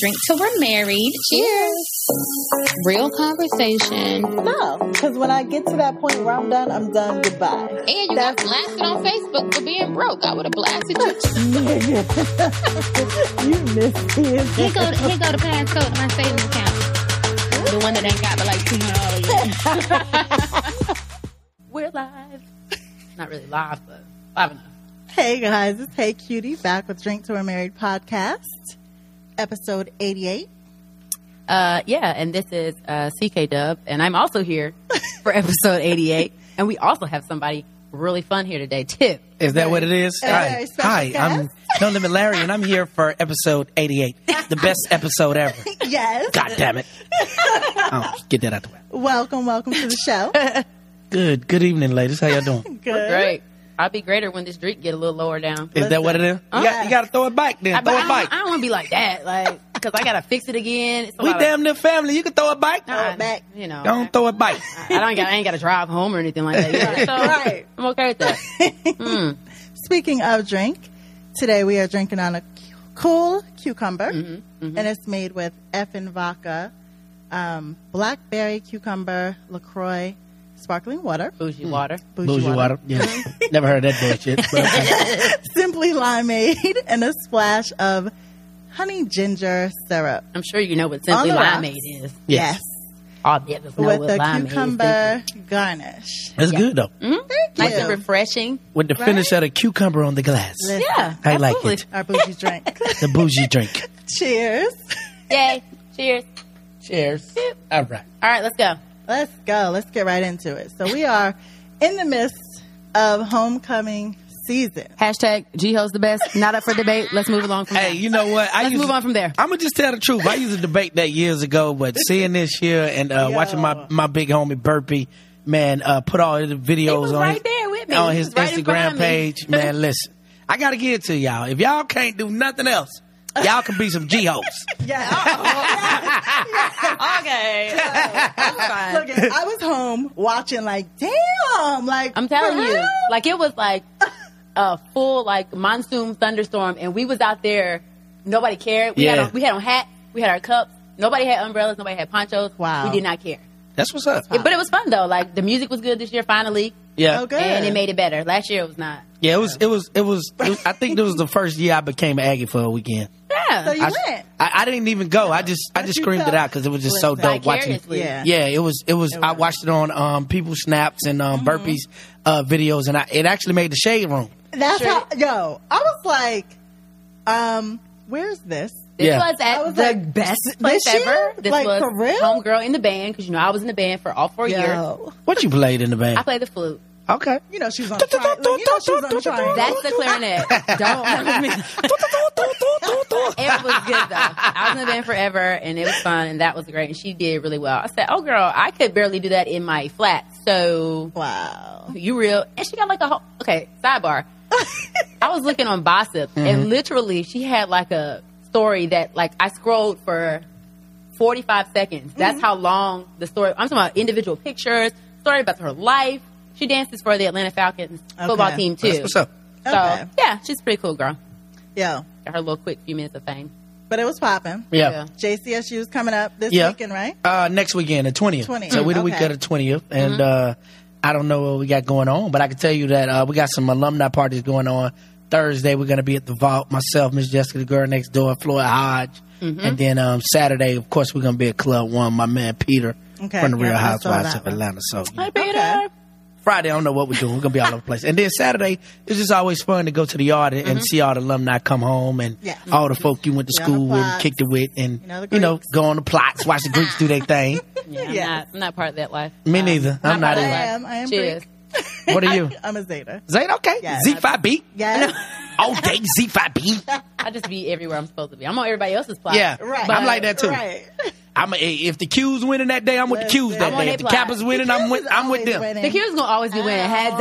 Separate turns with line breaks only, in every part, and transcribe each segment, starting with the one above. Drink till we're married. Cheers. Real conversation.
No, because when I get to that point where I'm done, I'm done. Goodbye.
And you got blasted on Facebook for being broke. I would have blasted you.
Nigga. you missed
Here
him.
go, here go the passcode to my savings account. The one that ain't got but like two hundred dollars. We're live. Not really live, but live enough.
Hey guys, it's Hey Cutie back with Drink to We're Married podcast, episode 88.
Uh, yeah, and this is uh, CK Dub, and I'm also here for episode 88. And we also have somebody really fun here today, Tip.
Is that what it is?
Hey,
Hi,
special
hi. I'm No Limit Larry, and I'm here for episode 88, the best episode ever.
Yes.
God damn it! Oh, get that out the way.
Welcome, welcome to the show.
Good, good evening, ladies. How y'all doing?
Good.
Great. I'll be greater when this drink get a little lower down.
Is that what it is? You got, you got to throw it back then.
I, but
Throw
I
it
don't,
back.
I don't want to be like that, like because I gotta fix it again. It's a
We
lot of-
damn near family. You can throw it back.
Nah,
Throw it back.
You know,
Don't throw it back.
I, I don't got. I ain't got to drive home or anything like that. Yeah, so
Right.
I'm okay with that. Mm.
Speaking of drink, today we are drinking on a cu- cool cucumber, and it's made with effing vodka, um, blackberry cucumber, LaCroix, sparkling water,
Bougie water.
bougie
Yeah. Never heard that bullshit. uh,
simply limeade, and a splash of honey ginger syrup.
I'm sure you know what simply
the rocks.
limeade is. Oh,
Yes.
All the others know
With
what
a
limeade is. Mm-hmm.
cucumber garnish.
That's good though.
Thank
Nice
you.
and refreshing.
With the finish of the cucumber on the glass,
Listen,
Yeah,
I like
absolutely.
it.
Our bougie drink.
the bougie drink.
Cheers.
Yay! Cheers.
Cheers. All right.
All right, let's go.
Let's go. Let's get right into it. So we are in the midst of homecoming season.
Hashtag G Ho's the best. Not up for debate. Let's move along from
Hey, you know what? I
Let's
used
move
to-
on from there.
I'm gonna just tell the truth. I used to debate that years ago, but seeing this year and uh,
Yo.
watching my my big homie Burpee, man, uh, put all his
He
videos
was
on
right
his,
there with me.
on
He
his
was right in front
Instagram
of me.
page. Man, listen, I gotta give it to y'all. If y'all can't do nothing else, y'all can be some g hoes.
Oh, Okay.
Look, I was home watching, like, damn, like
I'm telling
for
you,
real?
like it was like a full like monsoon thunderstorm, and we was out there. Nobody cared. We had
Yeah.
on, we had on hats. We had our cups. Nobody had umbrellas. Nobody had ponchos.
Wow.
We did not care.
That's what's up.
But it was fun though. Like the music was good this year finally,
Yeah,
Oh, good.
and it made it better. Last year it was not.
yeah. It was, it was, it was. It was I think this was the first year I became an Aggie for a weekend.
Yeah.
So you
I,
went.
I, I didn't even go. I just I just screamed it out because it was just so dope watching.
Vicariously.
Yeah.
Yeah, it was. It was. I watched it on um, people snaps and um, burpees uh, videos, and I, it actually made the shade room.
That's
Sure.
how, yo, I was like, um, where's this?
This
Yeah.
was
I
at
was
the
like,
best place
this year?
ever. This
Like,
was
for real?
homegirl in the band because you know I was in the band for all four years.
Yo.
What you played in the
I
band?
played the flute.
Okay.
You know she was on the tri- like, you know she was on the triangle.
That's the clarinet. Don't come with me. It was good though. I was in the band forever, and it was fun, and that was great. And she did really well. I said, "Oh, girl, I could barely do that in my flat." So
wow.
you real? And she got like a whole. Okay, sidebar. I was looking on Bossip, and literally, she had like a story that like I scrolled for forty five seconds. That's how long the story. I'm talking about individual pictures, story about her life. She dances for the Atlanta Falcons football
Okay.
team too.
That's what's up.
So
Okay.
yeah, she's a pretty cool girl.
Yo,
Got her little quick few minutes of fame.
but it was popping.
Yeah.
JCSU is coming up this
Yeah.
weekend, right?
Uh, next weekend, the twentieth.
20th,
So we the
okay. Mm-hmm.
week of the twentieth, and uh, I don't know what we got going on, but I can tell you that uh, we got some alumni parties going on. Thursday, we're going to be at the vault. Myself, Miss Jessica, the girl next door, Floyd Hodge,
Mm-hmm.
and then um, Saturday, of course, we're going to be at Club One. My man Peter
Okay,
from the
yeah,
Real
I saw
Housewives
that
of
one.
Atlanta. So you know.
Hi, Peter.
Okay.
Friday, I don't know what we're doing. We're gonna be all over the place. And then Saturday, it's just always fun to go to the yard and, and see all the alumni come home and
Mm-hmm. Yeah.
all the folk you went to
Yeah, on the
school with, and
plots.
kicked it with, and
You know, the
you know,
Greeks.
go on the plots, watch the Greeks do their thing.
Yeah, I'm,
Yes.
not, I'm not part of that life. Um,
Me neither. I'm not
part of
in.
that
I am.
life.
I am
Cheers.
What are you?
I'm a Zeta.
Zayn, okay.
Yes.
Z5B.
Yes.
All day Z5B.
I just be everywhere I'm supposed to be. I'm on everybody else's plot.
Yeah.
Right.
I'm like that too.
Right.
I'm a, if the Q's winning that day, I'm with the Q's
Listen.
that
I'm on
day. If the
their plot.
Kappa's winning, I'm with I'm with
Always
them.
winning.
The Q's gonna always be winning. Heads up.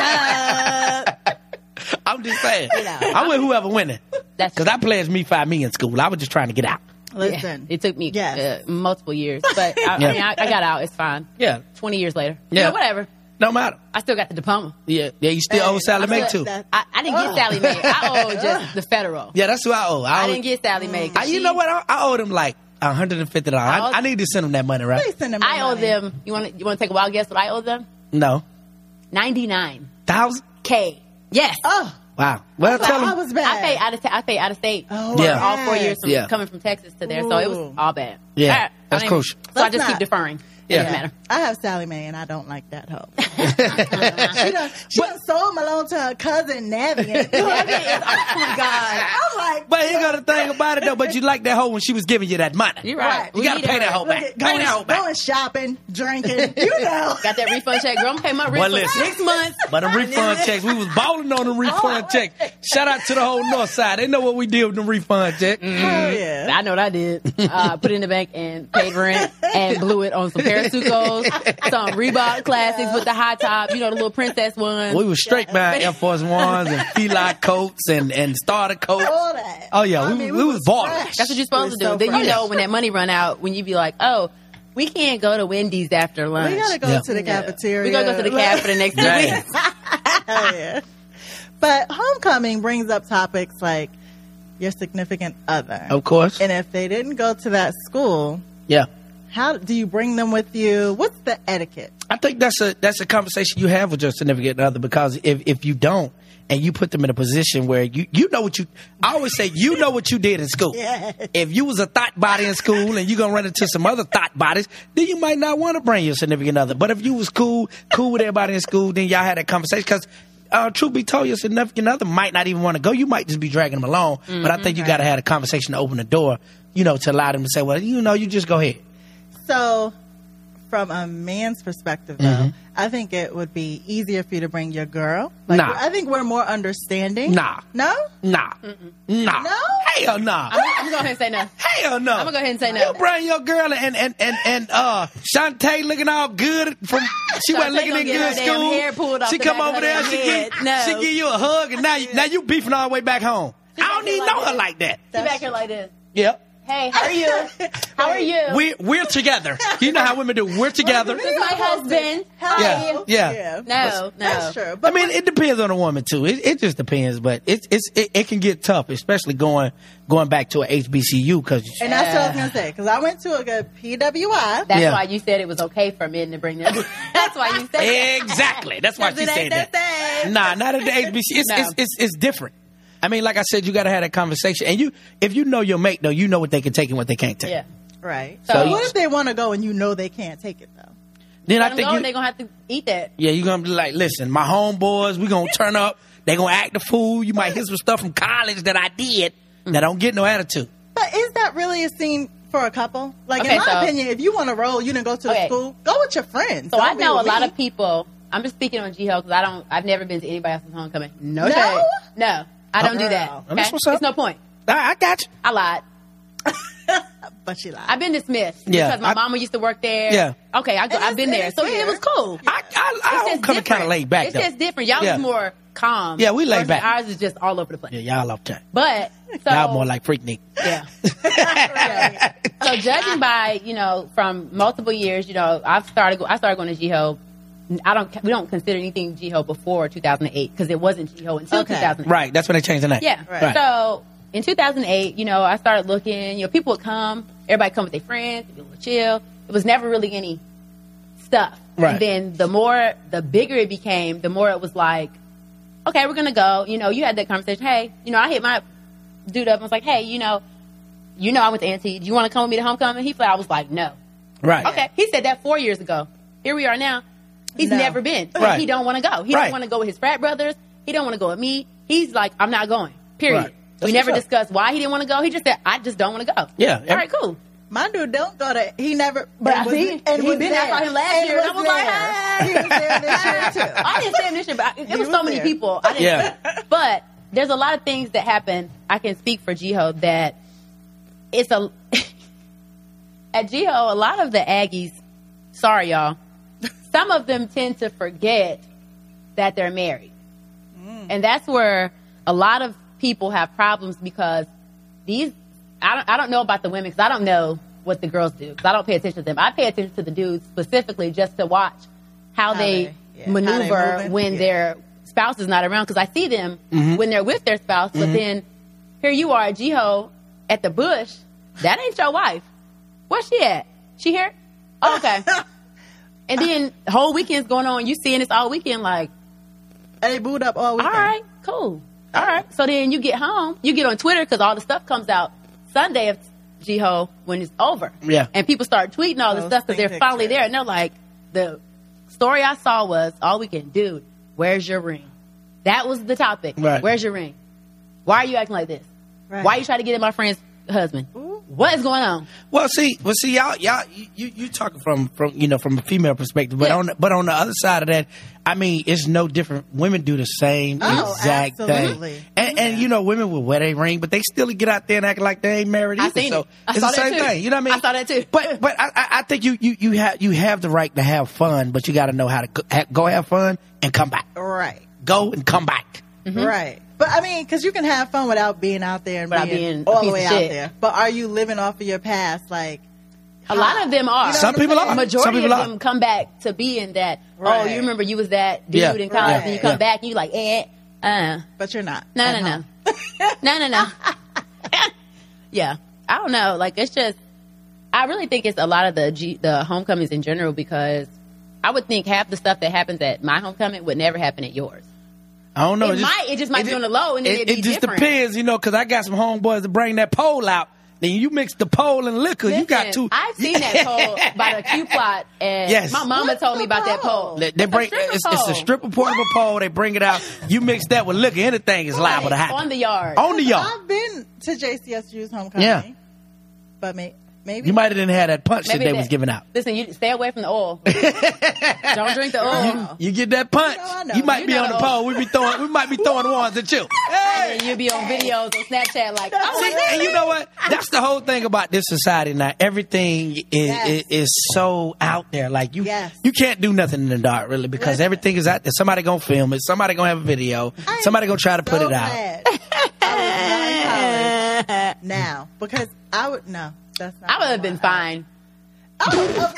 Oh. Heads up.
I'm just saying.
know.
I'm with whoever winning.
That's
Because I pledged me five me in school. I was just trying to get out.
Listen.
It took me
Yes.
uh, multiple years, but I, I,
Yeah.
mean, I, I got out. It's fine.
Yeah.
Twenty years later.
Yeah.
You know, whatever.
Don't matter.
I still got the diploma.
Yeah, yeah. You still owe Sally Mae too.
that-
I, I didn't get Sally Mae. I owe just the federal.
Yeah, that's who I owe. I,
I
owe,
didn't get Sally Mae. 'cause
I- you
she-
know what? I, I owe them like hundred and fifty dollars.
I owe-
I, I need to send them that money, right?
Please send them.
I
the
owe
money.
them. You want to you want to take a wild guess what I owe them?
No,
Ninety nine
thousand.
k. Yes.
Oh,
Wow. Well,
I
tell
I
them.
was
I
bad.
paid out of ta- I paid out of state.
Oh,
Yeah.
All four years from
Yeah.
coming from Texas to there, so it was
Ooh.
all bad.
Yeah,
All right. I
that's
mean,
crucial.
So I
Let's
just keep
not-
deferring. It
Yeah.
doesn't matter.
I have Sally Mae, and I don't like that hoe. she done, she done sold Malone to her cousin Navi. oh my god! I'm like,
But here go the thing about it though. But you like that hoe when she was giving you that money.
You're right.
Right.
You
We
gotta
need
pay
her.
that hoe
look
back.
at
Pay that hoe
going,
back.
going shopping, drinking. You know,
Got that refund check, girl. I'm gonna pay my refund
listen.
six months.
But the refund checks, we was balling on the refund check. Shout out to the whole North Side. They know what we did with the refund check.
hell yeah.
I know what I did. Uh, put it in the bank and paid rent and blew it on some Parasucos, some Reebok classics with the high top, you know, the little princess ones.
We was straight buying Air Force Ones and feline coats and, and starter coats.
All that.
Oh, yeah,
I
we-
mean,
we was balling.
fresh.
That's what you're supposed
We're
to do.
so
then you
fresh.
know when that money run out, when you be like, oh, we can't go to Wendy's after lunch.
We gotta go
Yeah.
to the
Yeah.
cafeteria.
We gotta go to the cab for the next two
Dang.
weeks.
Hell yeah. But homecoming brings up topics like your significant other.
Of course.
And if they didn't go to that school,
Yeah.
how do you bring them with you? What's the etiquette?
I think that's a that's a conversation you have with your significant other because if if you don't and you put them in a position where you you know what you I always say you know what you did in school.
Yes.
If you was a thought body in school and you gonna run into some other thought bodies, then you might not want to bring your significant other. But if you was cool cool with everybody in school, then y'all had that conversation because. Uh, truth be told, your significant other might not even want to go. You might just be dragging them along. but
Mm-hmm.
I think you got to have a conversation to open the door, you know, to allow them to say, well, you know, you just go ahead.
So, from a man's perspective, though,
Mm-hmm.
I think it would be easier for you to bring your girl. Like,
Nah.
I think we're more understanding.
Nah.
No?
Nah. Nah.
No?
Hell nah.
I'm, I'm gonna go ahead and say no.
Hell no.
I'm gonna go ahead and say
You
no.
bring your girl and and and and uh Shantae looking all good from she
Shantae
wasn't looking
gonna
in
get
good
her damn
school.
hair pulled off
she
the
come
back of
over
her
there,
damn
she
head.
give,
No.
she give you a hug and now you, now you beefing all the way back home. I don't even know her like that.
She back here like this.
Yep.
Hey, how are you? How are you?
We we're together. You know how women do. We're together.
this is my husband. How
Yeah.
are you?
Yeah.
No, no.
That's true.
I
But
mean, it depends on the woman too. It, it just depends, but it's it's it, it can get tough, especially going going back to a HBCU because
and that's what I was going to say, because I went to a good PWI.
That's
Yeah.
why you said it was okay for men to bring them. That's why you said it.
exactly that's why she
it
said
ain't
that.
the same.
Nah, not at the HBC. It's,
No.
it's, it's, it's different. I mean, like I said, you got to have that conversation. And you, if you know your mate, though, you know what they can take and what they can't take.
Yeah.
Right.
So-
So, what if they want to go and you know they can't take it, though?
Then
Let
I
them
think
go
you,
and they're gonna have to eat that.
yeah, you're gonna be like, listen, my homeboys, we gonna turn up. They gonna act the fool. You might hear some stuff from college that I did that don't get no attitude.
But is that really a scene for a couple? Like,
Okay,
in my
so-
opinion, if you want to roll, you didn't go to the
Okay.
school, go with your friends.
So
Don't
I
be
know a
with
lot
me.
of people. I'm just speaking on G Hill because I don't. I've never been to anybody else's homecoming. No,
No?
shade. No, I don't do that.
Girl.
And that's
okay?
what's up.
It's no point.
I, I got you.
I lied.
But she lied.
I've been dismissed
Yeah,
because my
I-
mama used to work there.
Yeah.
Okay, I go,
And
I've been there,
it's-
so
it's
it
fair.
was cool.
I, I,
It's
I
just
homecoming kind of
different.
laid back
It's
though.
just different. Y'all
Yeah.
was more calm.
Yeah, we laid
versus
back.
Ours is just all over the place.
yeah, y'all off time.
But so
y'all more like freak Nick.
Yeah. Yeah. So judging by you know from multiple years, you know I've started go- I started going to Jiho. I don't we don't consider anything Jiho before 2008 because it wasn't Jiho until
Okay.
2008.
Right. That's when they changed the name.
Yeah.
Right.
So in 2008, you know I started looking. You know people would come. Everybody come with their friends. People would chill. It was never really any stuff.
Right.
And then the more the bigger it became, the more it was like, okay, we're gonna go. You know, you had that conversation. Hey, you know, I hit my dude up and was like, hey, you know, you know, I went to Auntie. Do you want to come with me to homecoming? He flat. I was like, no.
right.
Okay. He said that four years ago. Here we are now. He's
No.
never been.
Right.
He don't want to go. He
Right.
don't want to go with his frat brothers. He don't want to go with me. He's like, I'm not going. Period.
Right. That's
We never
what's up.
discussed why he didn't want to go. He just said, I just don't want to go.
Yeah.
All right. Cool.
My dude don't go to. He never.
But I
was-
see, he
was
been- I
there.
saw him last
And
year, and I was like,
there.
"Hey."
He was there this year too.
I didn't say this shit, but I, there was
was
so many
there.
people. I didn't.
Yeah.
But there's a lot of things that happen. I can speak for Jiho that it's a at Jiho. A lot of the Aggies, sorry y'all, some of them tend to forget that they're married,
Mm.
and that's where a lot of people have problems because these. I don't. I don't know about the women because I don't know what the girls do because I don't pay attention to them. I pay attention to the dudes specifically just to watch how,
How
they,
they- Yeah, how they
maneuver
moving.
when
Yeah.
their spouse is not around because I see them when they're with their spouse, but then here you are, Jiho, at the bush. That ain't your wife. Where's she at? She here? Oh, okay. and then whole weekend's going on. You seeing this all weekend? Like,
And they booed up all
all
weekend.
right, cool. All right. So then you get home. You get on Twitter because all the stuff comes out Sunday of Jiho when it's over.
Yeah.
And people start tweeting all this
Those
stuff because
thing
they're finally
pictures.
there, and they're like, the story I saw was all weekend, dude. Where's your ring? That was the topic.
Right.
Where's your ring? Why are you acting like this?
Right.
Why are you trying to get in my friend's husband?
Ooh.
What is going on?
Well, see, well, see, y'all, y'all, you, you you talking from from you know from a female perspective, but
Yeah.
on but on the other side of that, I mean, it's no different. Women do the same
Oh,
exact
absolutely.
thing, and and you know, women will wear their ring, but they still get out there and act like they ain't married.
I
either.
seen
so
it. I
it's
saw
the
that
same
too.
thing. You know what I mean?
I saw that too.
But but I- I, I think you you you have you have the right to have fun, but you got to know how to go- ha- go have fun and come back.
Right.
Go and come back.
Right. But I mean, because you can have fun without being out there and
Mm-hmm. Without
being,
being a
all
piece
the
of
way out
shit.
there. But are you living off of your past? Like, Ah,
A lot of them are.
Some people are.
majority
Some people
of
are.
them come back to being that. Oh,
Right.
you remember you was that dude
Yeah.
in college, and you come
Right.
back, and you like, eh, uh,
but you're not.
no,
at
no, no,
home. Uh-huh.
no, no, no. yeah, I don't know. Like it's just, I really think it's a lot of the G, the homecomings in general because I would think half the stuff that happens at my homecoming would never happen at yours.
I don't know.
It might- it just might be on the low and then it'd
it
be
just
different.
depends, you know, because I got some homeboys that bring that pole out. Then you mix the pole and liquor. you got
Listen,
two.
I've seen that pole by the Q plot, and
Yes.
my mama
What's
told
the
me about that
pole?
pole.
They, they bring
stripper
it's, it's a
pole.
stripper portable pole. They bring it out. You mix that with liquor. Anything is liable to happen
on the yard.
On the yard.
I've been to JCSU's homecoming.
Yeah.
But may, maybe.
You might have didn't have that punch that
Maybe
they
that-
was giving out.
Listen, you stay away from the oil. Don't drink the oil.
You get that punch,
You know I know.
you might
You
be
know
on the
Oh. I know.
pole. We be throwing, we might be throwing ones at you. Hey.
And then you'll be on videos on Snapchat like, oh,
See,
my
and you know what? That's the whole thing about this society now. Everything is
Yes.
is, is so out there. Like you,
Yes.
you can't do nothing in the dark really because
Listen.
everything is out there. Somebody gonna film it. Somebody gonna have a video. Somebody gonna try to put
so
it out.
glad I was not in college now because I would no. That's not.
I would have been fine.
Oh,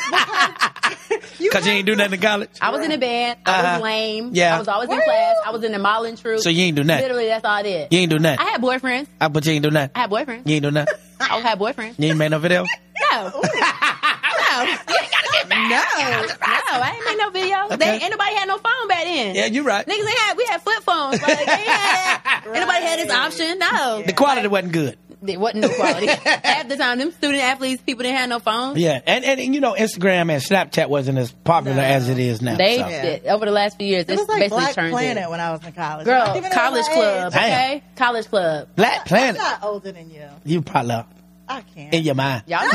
You
Cause
have
you ain't do nothing in college.
I was in a band. I
Uh-huh.
was lame.
Yeah.
I was always in
Were
class.
you?
I was in the modeling troop.
So you ain't do nothing.
Literally, that's all I did.
You ain't do nothing.
I had boyfriends.
I, but you ain't do nothing.
I had boyfriends.
You ain't do nothing.
I had boyfriends.
You ain't made no video.
No. no. You ain't gotta get mad. No. No, I ain't make no videos.
Okay.
They, ain't nobody had no phone back then.
Yeah, you right.
Niggas, they had, we had flip phones. Like, they had, Anybody had this
Right.
option? No.
The quality wasn't good.
There wasn't no quality. Half the time, them student athletes, people didn't have no phones.
Yeah, and, and you know Instagram and Snapchat wasn't as popular
No.
as it is now.
They
so.
Yeah.
did. over the last few years,
It
it's
was like
basically
Black
turned
Planet
in.
when I was in college.
Girl,
Even though
college
my
club,
age-
Damn.
okay? College club.
Black Planet.
I'm not older than you.
You probably are
I can't.
in your mind.
Y'all, y'all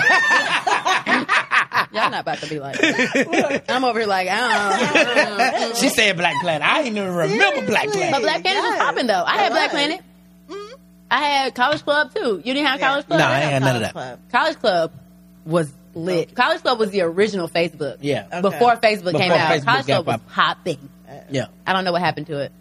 not about to be like. that. I'm over here like I don't. know. I don't know.
She said Black Planet. I ain't even remember Black
Seriously.
Planet.
But Black Planet was
Yes.
popping though. I had
It
Black
was. Mm-hmm.
Planet. I had College Club too. You didn't have College
No,
Club.
I ain't had none of that.
College
College Club was lit. College Club was the original Facebook.
Yeah. Okay.
Before Facebook came
Before
out,
Facebook
College
got
Club was popping.
Yeah.
I don't know what happened to it.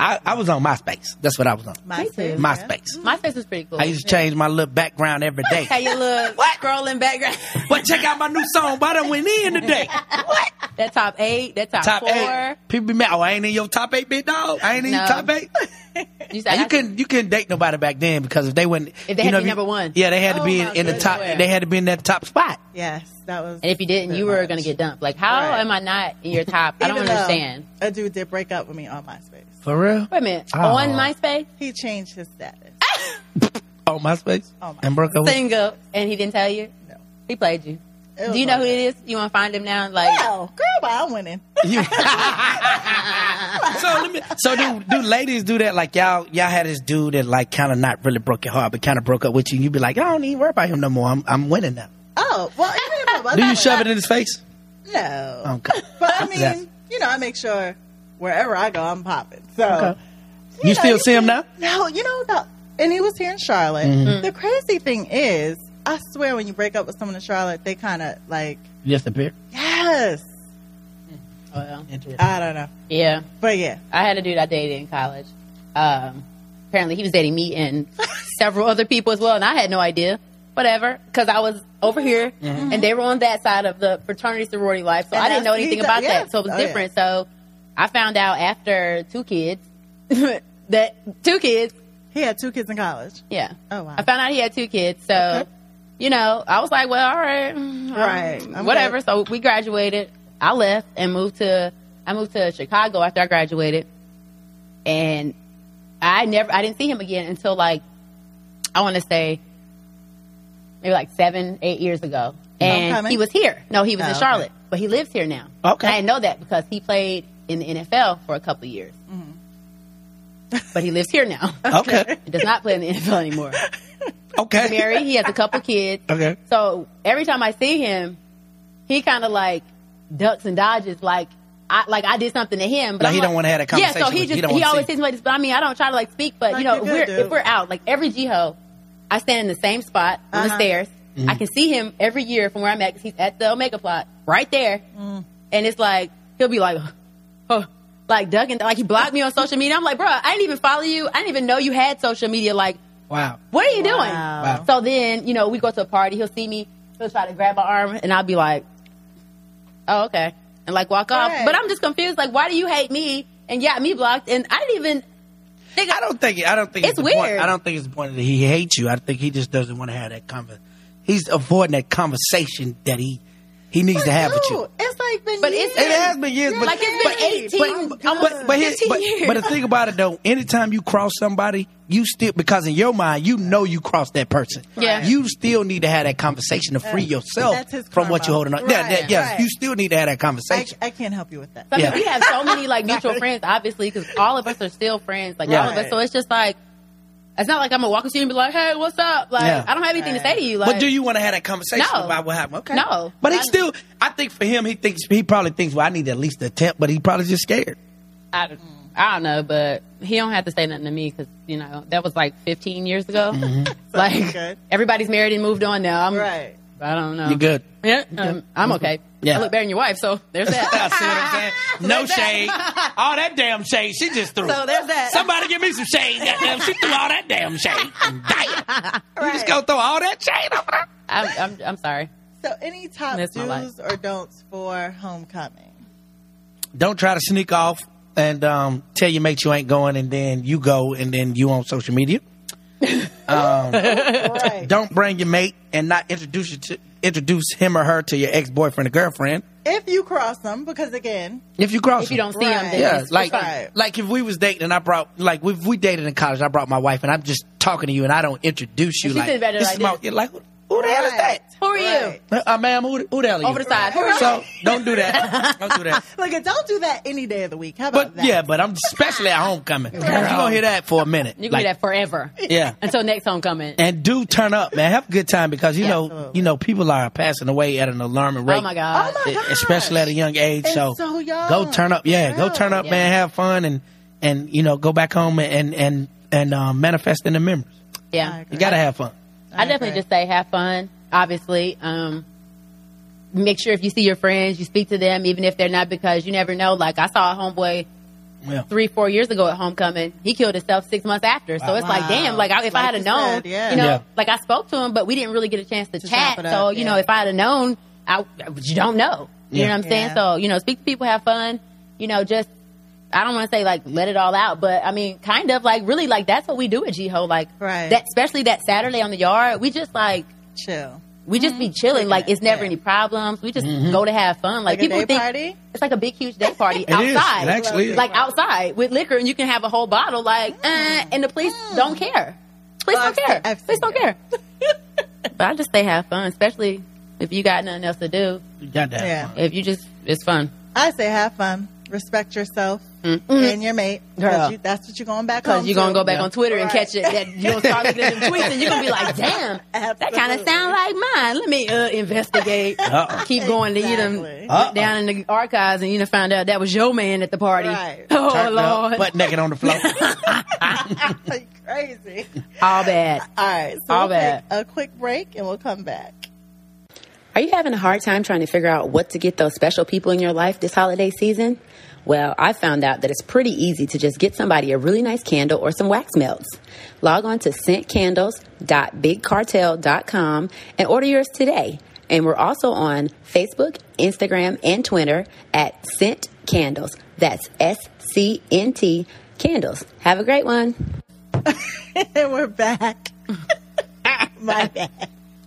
I, I was on MySpace. That's what I was on.
club.
Me too.
MySpace.
MySpace was pretty cool.
I used to change my little background every day.
How you look? Scrolling background.
But check out my new song. Why done went in today?
that top eight. That top,
Top
four.
eight. People be mad. Oh, I ain't in your top eight, big dog. I ain't in your
No.
top eight.
You, said,
And you
I-
couldn't you couldn't date nobody back then because if they went
If they
you
had to
know,
be
you-
number one.
Yeah, they had to
Oh,
be in,
my
in the top.
goodness.
They had to be in that top spot.
Yes, that was.
And if you didn't, you were going to get dumped. Like, how
Right.
am I not in your top? I don't
Even though
understand.
A dude did break up with me on MySpace.
For real?
Wait a minute.
Oh.
On MySpace,
He changed his status.
On MySpace
Oh, my
and broke up. with-
single, and he didn't tell you.
No.
He played you.
It was
Do you know
all
who
good.
it is? You want to find him now? Like,
Wow, girl, but I'm winning.
You- so let me, so do do ladies do that? Like y'all y'all had this dude that like kind of not really broke your heart, but kind of broke up with you. And you be like, I don't even worry about him no more. I'm I'm winning now.
Oh, well, even if I was
Do you shove it in his face?
No.
Okay.
But I mean,
Yes.
you know, I make sure wherever I go, I'm popping. So
Okay.
know,
You still see him now? Mm-hmm.
No, you know, no. and he was here in Charlotte.
Mm.
The crazy thing is, I swear, when you break up with someone in Charlotte, they kind of like,
Just appear.
yes,
oh, well.
I don't know,
yeah.
but yeah,
I had a dude I dated in college. Um, apparently, he was dating me and several other people as well, and I had no idea. whatever, because I was over here and they were on that side of the fraternity sorority life, so
Mm-hmm. And
I
that's-
didn't know anything
you got-
about
yeah.
that. So it was
Oh, yeah.
different. So I found out after two kids that two kids,
He had two kids in college.
yeah.
Oh, wow.
I found out he had two kids, so
Okay.
you know I was like, well, all right, mm,
Right.
um,
I'm
whatever. So we graduated. I left and moved to I moved to Chicago after I graduated, and I never I didn't see him again until like I want to say maybe like seven eight years ago, and
Homecoming?
he was here. No, he was
Oh,
in
okay. Oh,
Charlotte, but he lives here now.
Okay.
I didn't know that because he played in the NFL for a couple of years,
Mm-hmm.
but he lives here now.
Okay.
He does not play in the NFL anymore
Okay.
married. He has a couple kids.
Okay.
So every time I see him, he kind of like ducks and dodges. Like I like I did something to him, but
Like
I'm
he don't wanna have that
Yeah, so
conversation
he
with you.
just
He
he,
don't wanna
always
see.
sees me. But I mean, I don't try to like speak. But
Like
you know,
you
if
good,
we're
dude.
if we're out, like every G-ho, I stay in the same spot on the
Uh-huh.
stairs. I can see him every year from where I'm at 'cause he's at the Omega plot right there,
Mm.
and it's like he'll be like. Oh, like ducking, like he blocked me on social media. I'm like, bro, I didn't even follow you. I didn't even know you had social media. Like,
Wow.
what are you doing?
Wow.
So then, you know, we go to a party. He'll see me. He'll try to grab my arm, and I'll be like, "Oh, okay," and like walk off.
Right.
But I'm just confused. Like, why do you hate me and got me blocked? And I didn't even. Nigga,
I don't think I don't think
It's
the point-
weird.
I don't think it's the point that he hates you. I think he just doesn't want to have that conversation. He's avoiding that conversation that he he needs to have with you.
Dude, It's like been
But
years.
it's-
It has been years, but
Like, it's been
but-
18,
but,
almost
but, but, here-
15
but-
years.
but the thing about it though, anytime you cross somebody, you still because in your mind you know you crossed that person.
Yeah.
You still need to have that conversation to free yourself
that's his
from what
karma.
you're holding on. Yeah,
Right,
that- yes,
right.
you still need to have that
I,
conversation.
I can't help you with that.
I mean,
Yeah.
we have so many like mutual friends, obviously, because all of us are still friends. Like all of us,
Right.
so it's just like it's not like I'm gonna walk up to you and be like, "Hey, what's up?" Like
Yeah.
I don't have anything to say to you. Like,
but do you want to have that conversation
No.
about what happened? Okay.
No.
But he
I-
still, I think for him, he thinks he probably thinks, well, I need to at least attempt, but he probably just scared.
I, don't- I don't know, but he don't have to say nothing to me because you know that was like 15 years ago.
Mm-hmm.
like
Good.
everybody's married and moved on now. I'm,
Right.
I don't know.
You good?
Yeah, um, I'm okay.
Yeah.
I look better than your wife, so there's
I
that.
see what I'm saying? No shade. All that damn shade she just threw.
so there's that.
Somebody give me some shade. Goddamn, she threw all that damn shade. Damn. You
Right.
just gonna throw all that shade over there?
I'm, I'm, I'm sorry.
So, any top
That's my life.
do's or don'ts for homecoming?
Don't try to sneak off and um, tell your mates you ain't going, and then you go, and then you on social media.
Right.
Don't bring your mate and not introduce you to introduce him or her to your ex boyfriend or girlfriend.
if you cross them, because again,
If you cross,
If you
them.
don't see him, then
Right.
Yeah,
it's-
like
fine.
like if we was dating and I brought like if we dated in college, I brought my wife and I'm just talking to you and I don't introduce you
And she
like
said better
this
like
is my,
this.
you're like who, who the hell is
Right.
that?
who are
Right.
Uh, ma'am, who, who the hell are
you?
you?
Over the side. Who are you?
So don't do that. Don't do that.
look, and don't do that any day of the week. How about
But
that?
yeah, but I'm especially at homecoming. You're gonna hear that for a minute.
You can
Like,
do that forever
Yeah.
until next homecoming.
And do turn up, man. Have a good time because you know
Absolutely.
you know people are passing away at an alarming rate. E,
oh my
Oh
god.
my gosh.
especially at a young age.
It's
so
so young.
go turn up, yeah, go
Yeah.
turn up,
Yeah.
man. Have fun and and you know go back home and and and um, manifest in the memories.
yeah.
I agree.
You gotta have fun.
I definitely
agree.
just say have fun. Obviously, um, make sure if you see your friends, you speak to them, even if they're not, because you never know. Like I saw a homeboy
Yeah.
three, four years ago at homecoming. He killed himself six months after. So it's like,
Wow.
damn. Like I, if I
Like
had have
you
known,
said, yeah.
you know,
Yeah.
like I spoke to him, but we didn't really get a chance to,
chop
chat.
it up,
so you know,
yeah.
if I had have known, I you don't know. You
Yeah.
know what I'm saying?
Yeah.
So you know, speak to people, have fun. You know, just I don't want to say like let it all out, but I mean, kind of like really like that's what we do at G-Ho. Like
Right.
that, especially that Saturday on the yard. We just like
chill.
we just
Mm-hmm.
be chilling. Like it's never
Yeah.
any problems. We just go to have fun.
Like
Like,
a
people
day
think
party?
it's like a big huge day party
Mm-hmm. It is.
outside.
It actually is.
Like outside with liquor, and you can have a whole bottle. Like uh, and the police don't care. Police
Mm. Well,
don't
I've
care.
seen- I've
police
seen
don't care. but I just say have fun, especially if you got nothing else to do.
You got that.
Yeah.
If you just it's fun.
I say have fun, respect yourself and your mate. 'cause
Girl.
you- that's what you're going back home
Because you're gonna
to.
go back
Yeah.
on Twitter and
Right.
catch it. That you will start looking at them tweets, and you're gonna be like, "Damn, that kind of
Absolutely.
sound like mine." Let me uh, investigate.
Uh-oh.
Keep going to you done
Exactly.
Uh-oh.
went down in the archives, and you done found out that was your man at the party.
Right.
Oh
Turned up,
lord,
butt naked on the floor.
Like crazy.
all bad.
All right. So
All
we'll
bad.
take a quick break and we'll come back.
Are you having a hard time trying to figure out what to get those special people in your life this holiday season? Well, I found out that it's pretty easy to just get somebody a really nice candle or some wax melts. Log on to scentcandles.bigcartel.com and order yours today. And we're also on Facebook, Instagram, and Twitter at Scent Candles. That's S C N T Candles. Have a great one.
and we're back. My bad.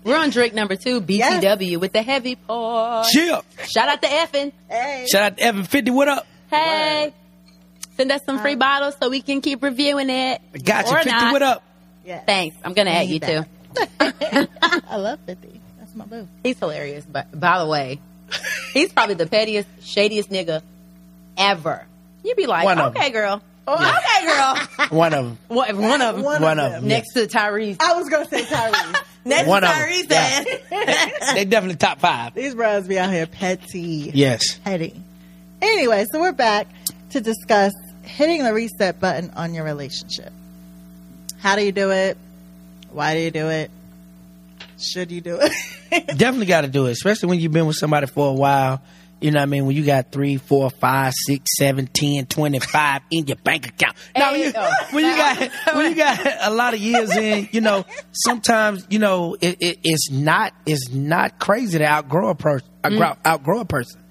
We're on drink number two, BTW, with the heavy pour.
Chill.
Shout out to Effin.
Hey.
Shout out to Evan Fifty. What up?
Hey, send us some free bottles so we can keep reviewing it.
Gotcha.
Or
Fifty.
not.
What up?
Yeah.
Thanks. I'm gonna add
Need
you too.
that. I love 50. That's my boo.
He's hilarious, but by the way, he's probably the pettiest, shadiest nigga ever. You'd be like,
One of 'em.
okay, girl. Oh, Okay, girl.
One of them.
One, one of them.
One,
One
of
of
them.
them.
Next to Tyrese.
I was going to say Tyrese.
Next
One
to
of 'em.
Tyrese.
Yeah.
ass.
They definitely top five.
These bros be out here petty.
Yes.
Petty. Anyway, so we're back to discuss hitting the reset button on your relationship. How do you do it? Why do you do it? Should you do it?
definitely got to do it, especially when you've been with somebody for a while. You know what I mean? When you got three, four, five, six, seven, ten, twenty-five in your bank account. Now,
Hey,
you,
oh.
when you got when you got a lot of years in, you know, sometimes you know it, it, it's not it's not crazy to outgrow a person, outgrow, outgrow a person,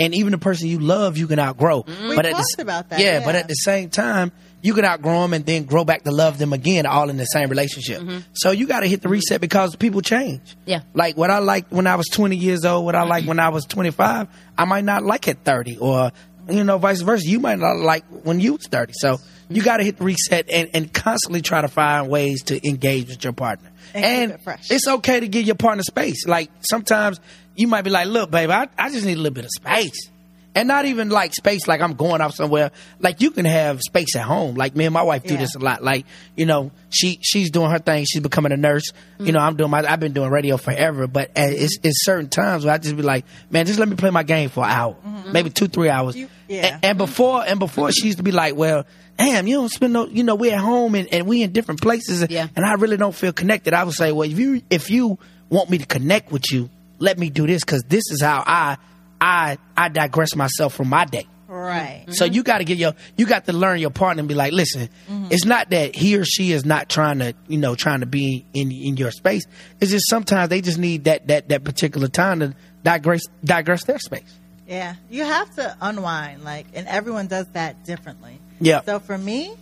and even the person you love, you can outgrow.
We
at the
talked
s-
about that,
Yeah, but
yeah.
at the same time, you can outgrow them and then grow back to love them again, all in the same relationship.
Mm-hmm.
So you got to hit the reset because people change.
Yeah.
Like what I liked when I was 20 years old, what I
Mm-hmm.
liked when I was 25, I might not like at 30 or, you know, vice versa. You might not like when you was 30. So you got to hit the reset and, and constantly try to find ways to engage with your partner.
And keep it fresh.
it's okay to give your partner space. Like sometimes you might be like, look, baby, I, I just need a little bit of space. And not even like space, like I'm going off somewhere. Like you can have space at home. Like me and my wife do
Yeah.
this a lot. Like you know, she she's doing her thing. She's becoming a nurse. You know, I'm doing my. I've been doing radio forever, but at, it's it's certain times where I just be like, man, just let me play my game for an hour, maybe two three hours.
Mm-hmm. You-
A-
yeah.
And, before and before she used to be like, well, damn, you don't spend no. You know, we at home and, and we in different places, and-
Yeah.
and I really don't feel connected. I would say, well, if you if you want me to connect with you, let me do this because this is how I I I digress myself from my day.
right.
So you got to get your, you got to learn your partner and be like, listen, it's not that he or she is not trying to, you know, trying to be in in your space. It's just sometimes they just need that that that particular time to digress digress their space.
Yeah, you have to unwind, like, and everyone does that differently.
Yeah.
So for me,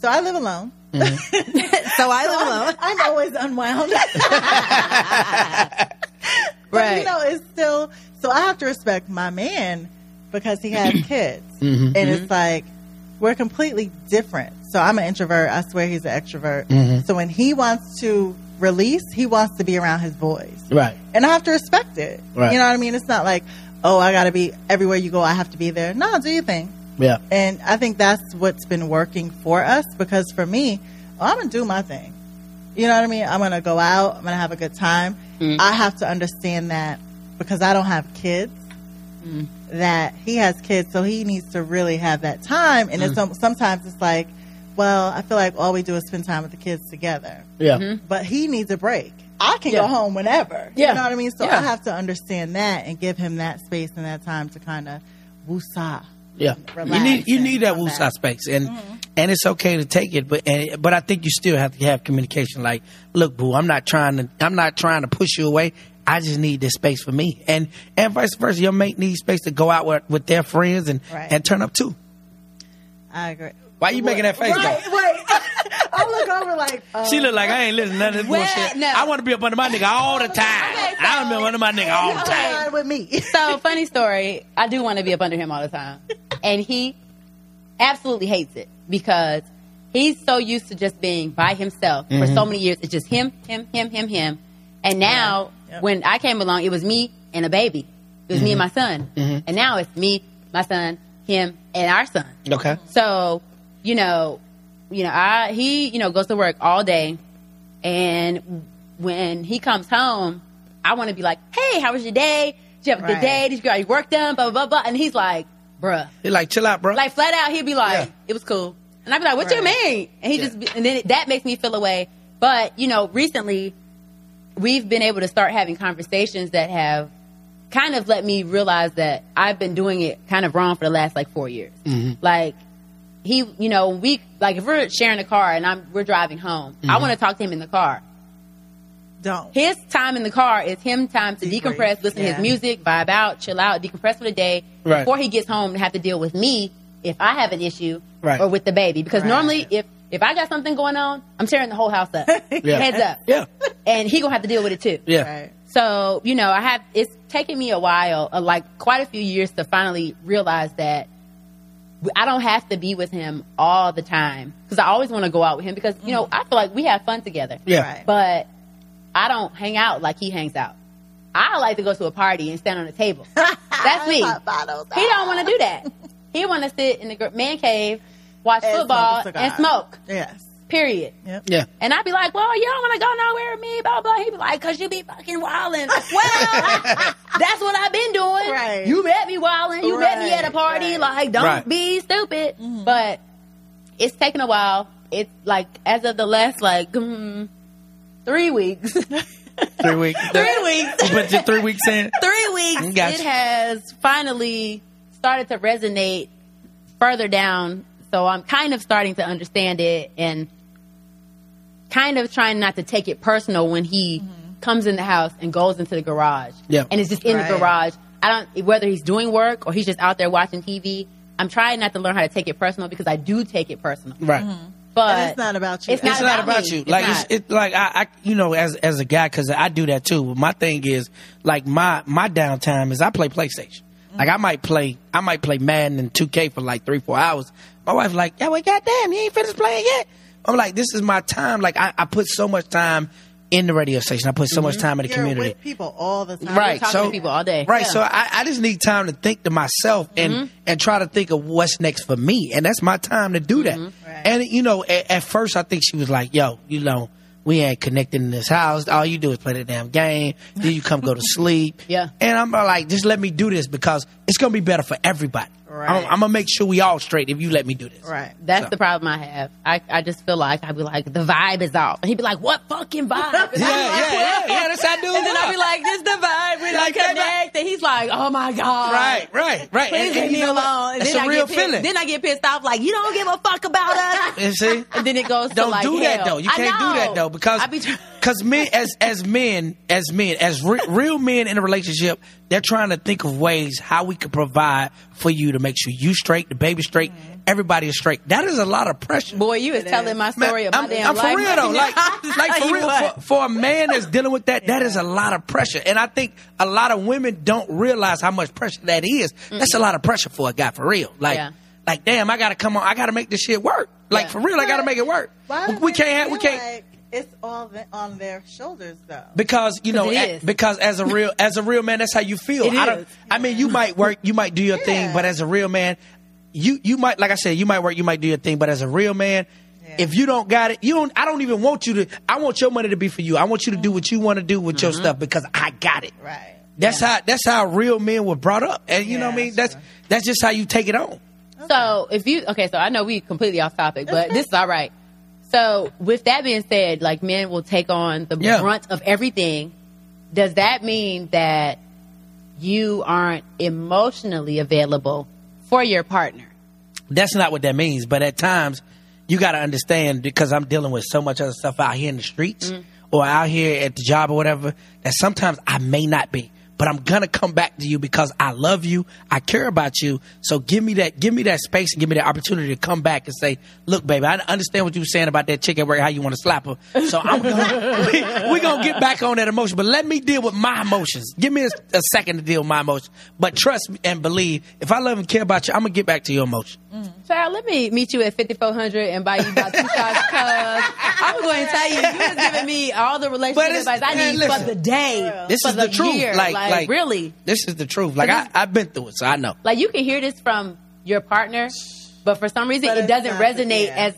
so I live alone.
Mm-hmm.
so I live alone.
I'm, I'm always unwound. But,
Right.
you know, it's still so I have to respect my man because he has kids,
Mm-hmm.
and it's like we're completely different. So I'm an introvert. I swear he's an extrovert.
Mm-hmm.
So when he wants to release, he wants to be around his boys
Right.
and I have to respect it.
Right.
You know what I mean? It's not like, oh, I got to be everywhere you go. I have to be there. No, do your thing.
Yeah.
And I think that's what's been working for us because for me, oh, I'm gonna do my thing. You know what I mean? I'm gonna go out. I'm gonna have a good time.
Mm.
I have to understand that because I don't have kids.
Mm.
That he has kids, so he needs to really have that time. And
Mm.
it's some sometimes it's like, well, I feel like all we do is spend time with the kids together
Yeah.
but he needs a break. I can go
Yeah.
home whenever.
Yeah.
You know what I mean? So
Yeah.
I have to understand that and give him that space and that time to kind of woosah.
Yeah,
Relax
you need you
and Mm-hmm.
need that
come
woosah
back.
space, and and it's okay to take it, but and but I think you still have to have communication. Like, look, boo, I'm not trying to I'm not trying to push you away. I just need this space for me, and and vice versa. Your mate needs space to go out with, with their friends and
Right.
and turn up too.
I agree.
Why you making that face?
Right,
though?
right. I look over like, uh,
She look like I ain't listening to none of this
Well,
bullshit.
no.
I want to be up under my nigga all the time. I don't be up under my nigga all the time.
line with me.
So funny story. I do want to be up under him all the time, and he absolutely hates it because he's so used to just being by himself for so many years. It's just him, him, him, him, him. And now,
Yep.
when I came along, it was me and a baby. It was me and my son. And now it's me, my son, him, and our son.
Okay.
So, you know, you know, I he, you know, goes to work all day and when he comes home, I want to be like, "Hey, how was your day? Did you have a
Right.
good day? Did you get all your work done?" blah blah blah. blah. And he's like, "Bruh."
He like chill out, bro.
Like flat out, he'd be like,
Yeah.
"It was cool." And I'd be like, "What you
Right.
mean?" And he just be- and then it, that makes me feel away. But, you know, recently we've been able to start having conversations that have kind of let me realize that I've been doing it kind of wrong for the last like four years. Like he, you know, we like if we're sharing a car and I'm we're driving home, I want to talk to him in the car.
Don't.
His time in the car is him time to
Debrief,
decompress, listen to
yeah.
his music, vibe out, chill out, decompress for the day
Right.
before he gets home and have to deal with me if I have an issue
Right.
or with the baby. Because
Right.
normally if if I got something going on, I'm tearing the whole house up. Heads up.
Yeah.
And he gonna have to deal with it too.
Yeah.
Right.
So, you know, I have, it's taken me a while, uh, like quite a few years to finally realize that I don't have to be with him all the time because I always want to go out with him because, you
Mm-hmm.
know, I feel like we have fun together.
Yeah.
Right.
But I don't hang out like he hangs out. I like to go to a party and stand on a table. That's me.
Hot bottles.
He don't want to do that. He want to sit in the gr- man cave, watch
And smoke a
football,
cigar.
and smoke.
Yes.
Period.
Yep.
Yeah.
And I'd be like, well, you don't want to go nowhere with me, blah, blah. He'd be like, because you be fucking wilding. well, that's what I've been doing.
Right.
You met me wilding. You met me
Right,
at a party.
right. Mm-hmm.
Like, don't
Right.
be stupid. But it's taken a while. It's like, as of the last, like, mm, three weeks.
Three weeks.
three weeks.
you put your three weeks in.
Three weeks.
Gotcha.
It has finally started to resonate further down. So I'm kind of starting to understand it and kind of trying not to take it personal when he
Mm-hmm.
comes in the house and goes into the garage.
Yeah.
And is just in the
Right.
garage. I don't whether he's doing work or he's just out there watching TV. I'm trying not to learn how to take it personal because I do take it personal.
Right.
But
And it's not about you.
It's not
It's not
about
about
me.
you.
It's
Like
not.
it's, it's like I, I, you know, as as a guy, because I do that too. But my thing is, like my my downtime is I play PlayStation. Like I might play, I might play Madden and 2K for like three four hours. My wife like, yeah, well, goddamn, you ain't finished playing yet. I'm like, this is my time. Like I, I put so much time in the radio station. I put so much time in the
You're
community.
with people all the time.
right
talking
so,
to people all day.
right
Yeah. Mm-hmm.
so I, I just need time to think to myself and and try to think of what's next for me and that's my time to do that
Mm-hmm.
Right.
and you know at, at first i think she was like yo you know we ain't connecting in this house all you do is play the damn game then you come go to sleep
Yeah.
and i'm like just let me do this because it's gonna be better for everybody
Right.
I'm, I'm gonna make sure we all straight if you let me do this
Right.
That's
So-
the problem I have. I, I just feel like I'd be like, the vibe is off. And he'd be like, what fucking vibe? And
yeah
I'd be
yeah
like,
yeah, yeah that's how i do
And then I'd be like, this the vibe. We're like,
Like, everybody-
connect. And he's like, oh my God.
right right right
Please
And-
leave
and
me
you know what?
alone. And
it's
then
a
I
real
get pissed,
feeling
Then I get pissed off, like, you don't give a fuck about us.
you see
And then it goes to
Don't
like,
do that
hell.
though. You
I
can't do that
know.
though because
I be try-
because men as as men as men as re- real men in a relationship, they're trying to think of ways how we could provide for you to make sure you straight, the baby straight,
Mm-hmm.
everybody is straight. That is a lot of pressure.
Boy, you is telling my
Man,
story of my
I'm,
damn
I'm
life.
for real though. Like, like for
You
real,
what?
for, for a man that's dealing with that, that is a lot of pressure. And I think a lot of women don't realize how much pressure that is. That's a lot of pressure for a guy, for real. Like,
Yeah.
like damn, I gotta come on. I gotta make this shit work. Like
Yeah.
for real, I gotta make it work.
Why
We,
do
we
they
can't. Have, we
feel
can't
Like it's all the, on their shoulders, though.
because you know
'Cause it
a-
is.
because as a real as a real man that's how you feel
It
i don't
is.
i mean you might work you might do your thing
Yeah.
but as a real man you you might like i said you might work you might do your thing but as a real man
Yeah.
if you don't got it you don't i don't even want you to i want your money to be for you i want you to do what you want to do with
Mm-hmm.
your stuff because i got it
Right.
that's how that's how real men were brought up and you know what i
Yeah,
mean that's
that's
that's just how you take it on
So if you okay, so I know we completely off topic, but this is all right. So with that being said, like men will take on the
Yeah.
brunt of everything. Does that mean that you aren't emotionally available for your partner?
that's not what that means. But at times, you got to understand because I'm dealing with so much other stuff out here in the streets or out here at the job or whatever that sometimes I may not be. But I'm gonna come back to you because I love you. I care about you. So give me that, give me that space and give me that opportunity to come back and say, "Look, baby, I understand what you were saying about that chick at work. How you want to slap her? So I'm gonna, we, are gonna get back on that emotion. But let me deal with my emotions. Give me a, a second to deal with my emotions. But trust me and believe, if I love and care about you, I'm gonna get back to your emotion.
Child, let me meet you at 5400 and buy you about two shots cuz I'm going to tell you, you was giving me all the relationship
But it's-
advice I
man,
need
listen.
for the day.
This
for
is the, truth.
year.
Like,
like, really.
This is the truth. Like I,
this-
I've been through it, so I know.
Like you can hear this from your partner, but for some reason
But
it
it's
doesn't
not-
resonate
yeah.
as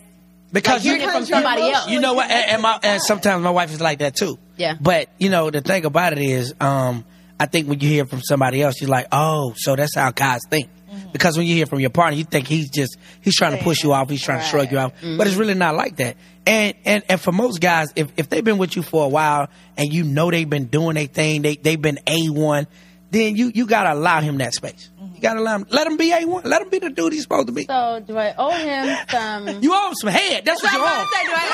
Because
hearing
you,
it from
Because you're
somebody else.
emotionally
you know what, and, and my and sometimes my wife is like that too.
Yeah.
But you know the thing about it is, um, I think when you hear from somebody else, you're like, oh, so that's how guys think.
Mm-hmm.
Because when you hear from your partner, you think he's just he's trying to push you off, he's trying to shrug you off,
Mm-hmm.
but it's really not like that. And and and for most guys, if if they've been with you for a while and you know they've been doing their thing, they they've been a one, then you you gotta allow him that space. You gotta allow him, let him be a one, let him be the dude he's supposed to be.
Mm-hmm. So do I owe him some?
you owe him some head. That's what you owe.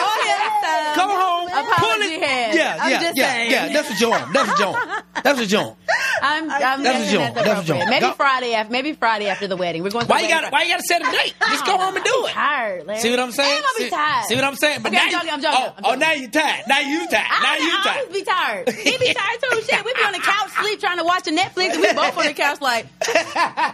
him.
do I owe him some?
Come home, pull
Um, Apology
it.
head.
Yeah,
I'm
yeah,
just
yeah,
saying.
yeah. That's what you own. That's what you own. That's what you own.
I'm, I'm
That's
guessing
a joke.
that's
That's a joke.
appropriate. Maybe
Go-
Friday. After, maybe Friday after the wedding. We're going. To
Why
the
you
wedding.
got? Why you got to set a date? Just go home and do it.
Tired. Larry.
See what I'm saying?
And I'm gonna be
See-
tired.
See, what I'm saying? But
Okay,
now
I'm
you-
joking, I'm joking,
Oh,
I'm
oh,
joking.
now you tired. Now you tired. Now
I,
you
I
tired.
always be tired. He be tired too. Shit, we be on the couch, sleep, trying to watch a Netflix, and we both on the couch like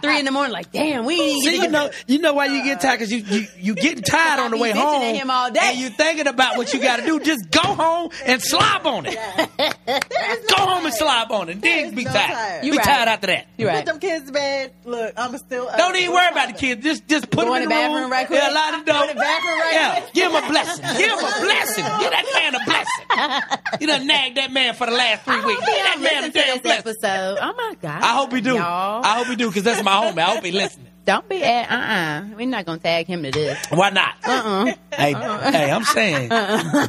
three in the morning. Like, damn, we ain't
See, you
even.
know, you know why you get tired because you you you getting tired on the
be
way
bitching
home,
at him all day.
and you thinking about what you got to do. Just go home and slob on it. go home and slob on it. Then be
no
tired.
tired.
Be
You right.
tired after that.
You're
Put
right.
them kids to bed. Look, I'm still. Up.
Don't even worry about the kids. Just just put
Go
them in
in
the,
the bathroom
room.
right quick.
Yeah, lock the door.
Go in the bathroom right
yeah,
quick.
give him a blessing. Give him a blessing. Give that man a blessing. You done nagged that man for the last three weeks. Give that man a
Listen to
damn
this
blessing.
episode. Oh my god.
I hope he do.
Y'all.
I hope he do because that's my homie. I hope he listening.
Don't be at uh uh-uh. uh. we are not gonna tag him to this. Uh-uh.
Why not? Hey, hey, I'm saying,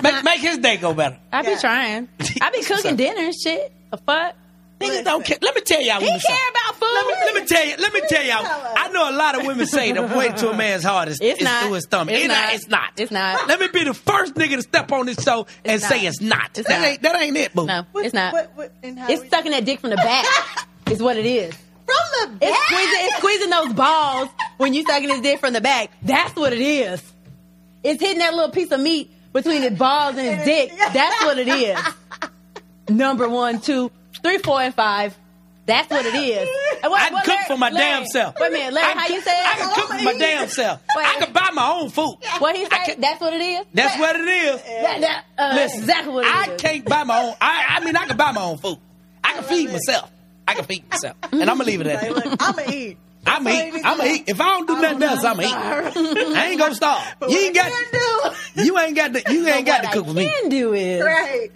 make, make his day go better.
I be trying. I be cooking dinner and shit. The fuck.
Niggas don't care. Let me tell y'all.
He
women something.
care about food.
Let me, let me tell you. Let me tell y'all. I know a lot of women say the way to a man's heart is,
It's
is
not.
through his stomach.
It's
It's not.
not.
It's not.
It's not.
Let me be the first nigga to step on this show and
not.
say it's not.
It's
that
not.
ain't that ain't it, boo.
no,
What-
it's not.
What, what, and how
it's
we-
sucking that dick from the back. is what it is.
from the bed.
It's squeezing, it's squeezing those balls when you sucking his dick from the back. That's what it is. It's hitting that little piece of meat between his balls and his dick. That's what it is. Number one, two, three, four, and five. That's what it is. And what-
I can
what,
cook
Larry-
for my
Larry,
damn self.
Wait a minute, Larry,
I
how
can-
you say it?
I can cook for my damn self.
Wait.
I can buy my own food.
What he
I
say?
can-
That's what it is.
That's what it is.
That, that, uh,
Listen,
exactly what it
I
is.
can't buy my own. I, I mean, I can buy my own food. I can feed myself. I can feed myself, and I'm gonna leave it at
Like,
that.
look, I'ma eat.
I'm gonna eat. I'm gonna eat. If I don't do nothing else, I'm gonna eat. I ain't gonna starve. You ain't got. You ain't got. To, you ain't got to cook with me.
What I can do is
Right.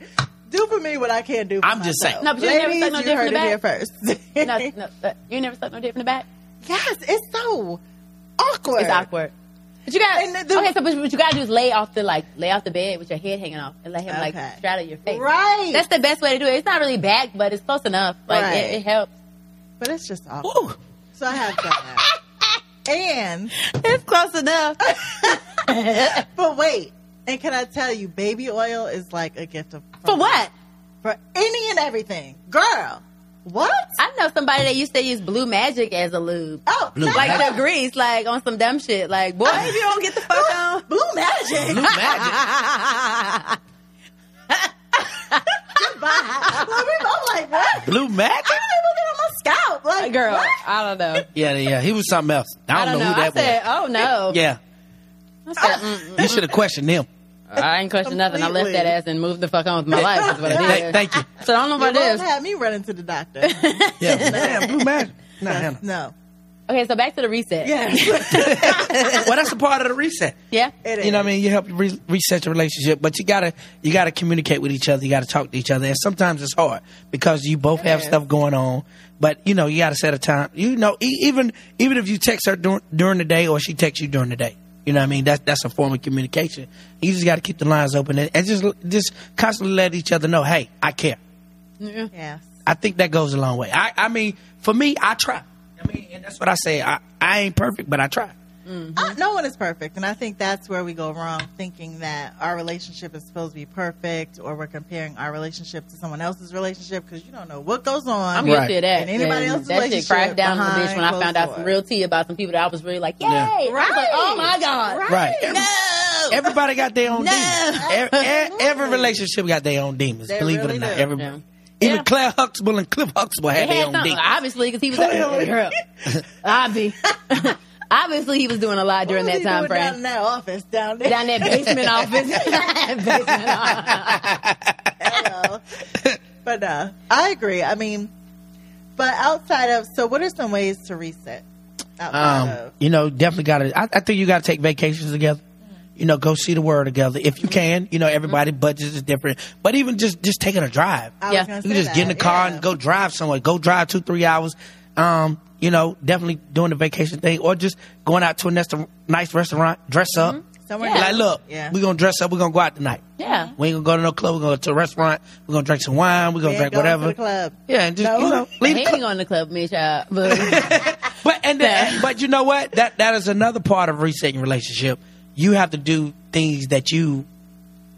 Do for me what I can't do. For
I'm just
myself.
saying.
No, but you never
Ladies,
suck no
you
dick
heard
in
it
the back.
here first.
no, no, uh, you never suck no dick from the back.
Yes, it's so awkward.
It's awkward. But you got
And the- the-
okay. So, but what you gotta do is lay off the like lay off the bed with your head hanging off and let him
Okay.
like straddle your face.
Right.
That's the best way to do it. It's not really back, but it's close enough. Like
Right.
it, it helps.
but it's just awkward.
Woo.
So I have that. and
It's close enough.
but wait, and can I tell you, baby oil is like a gift of
For what?
For any and everything, girl. What?
I know somebody that used to use Blue Magic as a lube.
Oh,
Blue
no.
Like the grease, like on some dumb shit. Like, boy, if you don't get the fuck on,
blue magic.
Blue magic.
I'm like, what?
Blue magic.
Scalp, like
girl,
what?
I don't know.
Yeah, yeah. He was something else. I
I don't
don't,
know.
who
I said,
that
oh no.
was. Yeah,
I said, mm,
you should have questioned him.
I ain't questioning nothing. I left that
Completely.
ass and moved the fuck on with my life. Is what I
Thank
did.
thank you.
So I don't know
Your
about this.
mom had me running to the doctor.
Yeah, man, blue magic. Nah, Hannah.
no.
Okay, so back to the reset.
Yes.
Well, that's a part of the reset.
Yeah.
It is.
you know what I mean? You help re- reset your relationship, but you gotta you gotta communicate with each other. You gotta talk to each other, and sometimes it's hard because you both have stuff going on. But you know, you gotta set a time. You know, e- even even if you text her dur- during the day or she texts you during the day, you know what I mean? That's that's a form of communication. You just gotta keep the lines open and, and just just constantly let each other know, hey, I care.
Yes.
I think that goes a long way. I, I mean, for me, I try. I mean, and that's what I say. I, I ain't perfect, but I try.
Uh, no one is perfect, and I think that's where we go wrong, thinking that our relationship is supposed to be perfect, or we're comparing our relationship to someone else's relationship because you don't know what goes on.
I'm
Right.
guilty of that.
And anybody else's
that shit
relationship
cracked down on the
behind
bitch when I
closed
found out some
doors.
real tea about some people that I was really like, yay!
Yeah.
I was like, oh my god!
Right. Every- Everybody got their own
No.
demons. Every, every relationship got their own demons.
They
believe it
really
or not,
do.
everybody.
Yeah.
Even
Yeah.
Claire Huxtable and Cliff Huxtable had,
They
their
had
own
something
demons.
obviously because he was like, girl, obvi. obviously he was doing a lot during
What was
that
he
time
doing down in
frame.
that office down there.
Down that basement office. Basement office.
Hello. but uh, I agree. I mean, but outside of so, what are some ways to reset? Outside
Um,
of
you know, definitely got to. I, I think you got to take vacations together. You know, go see the world together if you can. You know,
Mm-hmm.
everybody budgets is different, but even just just taking a drive.
I
yeah.
was gonna
You
say
just get in the
that,
car
yeah.
and go drive somewhere. Go drive two, three hours. Um, you know, definitely doing the vacation thing or just going out to a nice, nice restaurant, dress up.
Mm-hmm. Somewhere
Yeah.
Like, look,
Yeah.
we're going to dress up. We're going to go out tonight.
Yeah.
We ain't going to go to no club. We're going to go to a restaurant. We're going to drink some wine. We're going
Yeah,
to
go to
drink whatever.
the club.
Yeah, and just,
No.
you know, leave the
He
club.
ain't going to the club, me child. But
But and then, but you know what? That that is another part of resetting relationship. You have to do things that you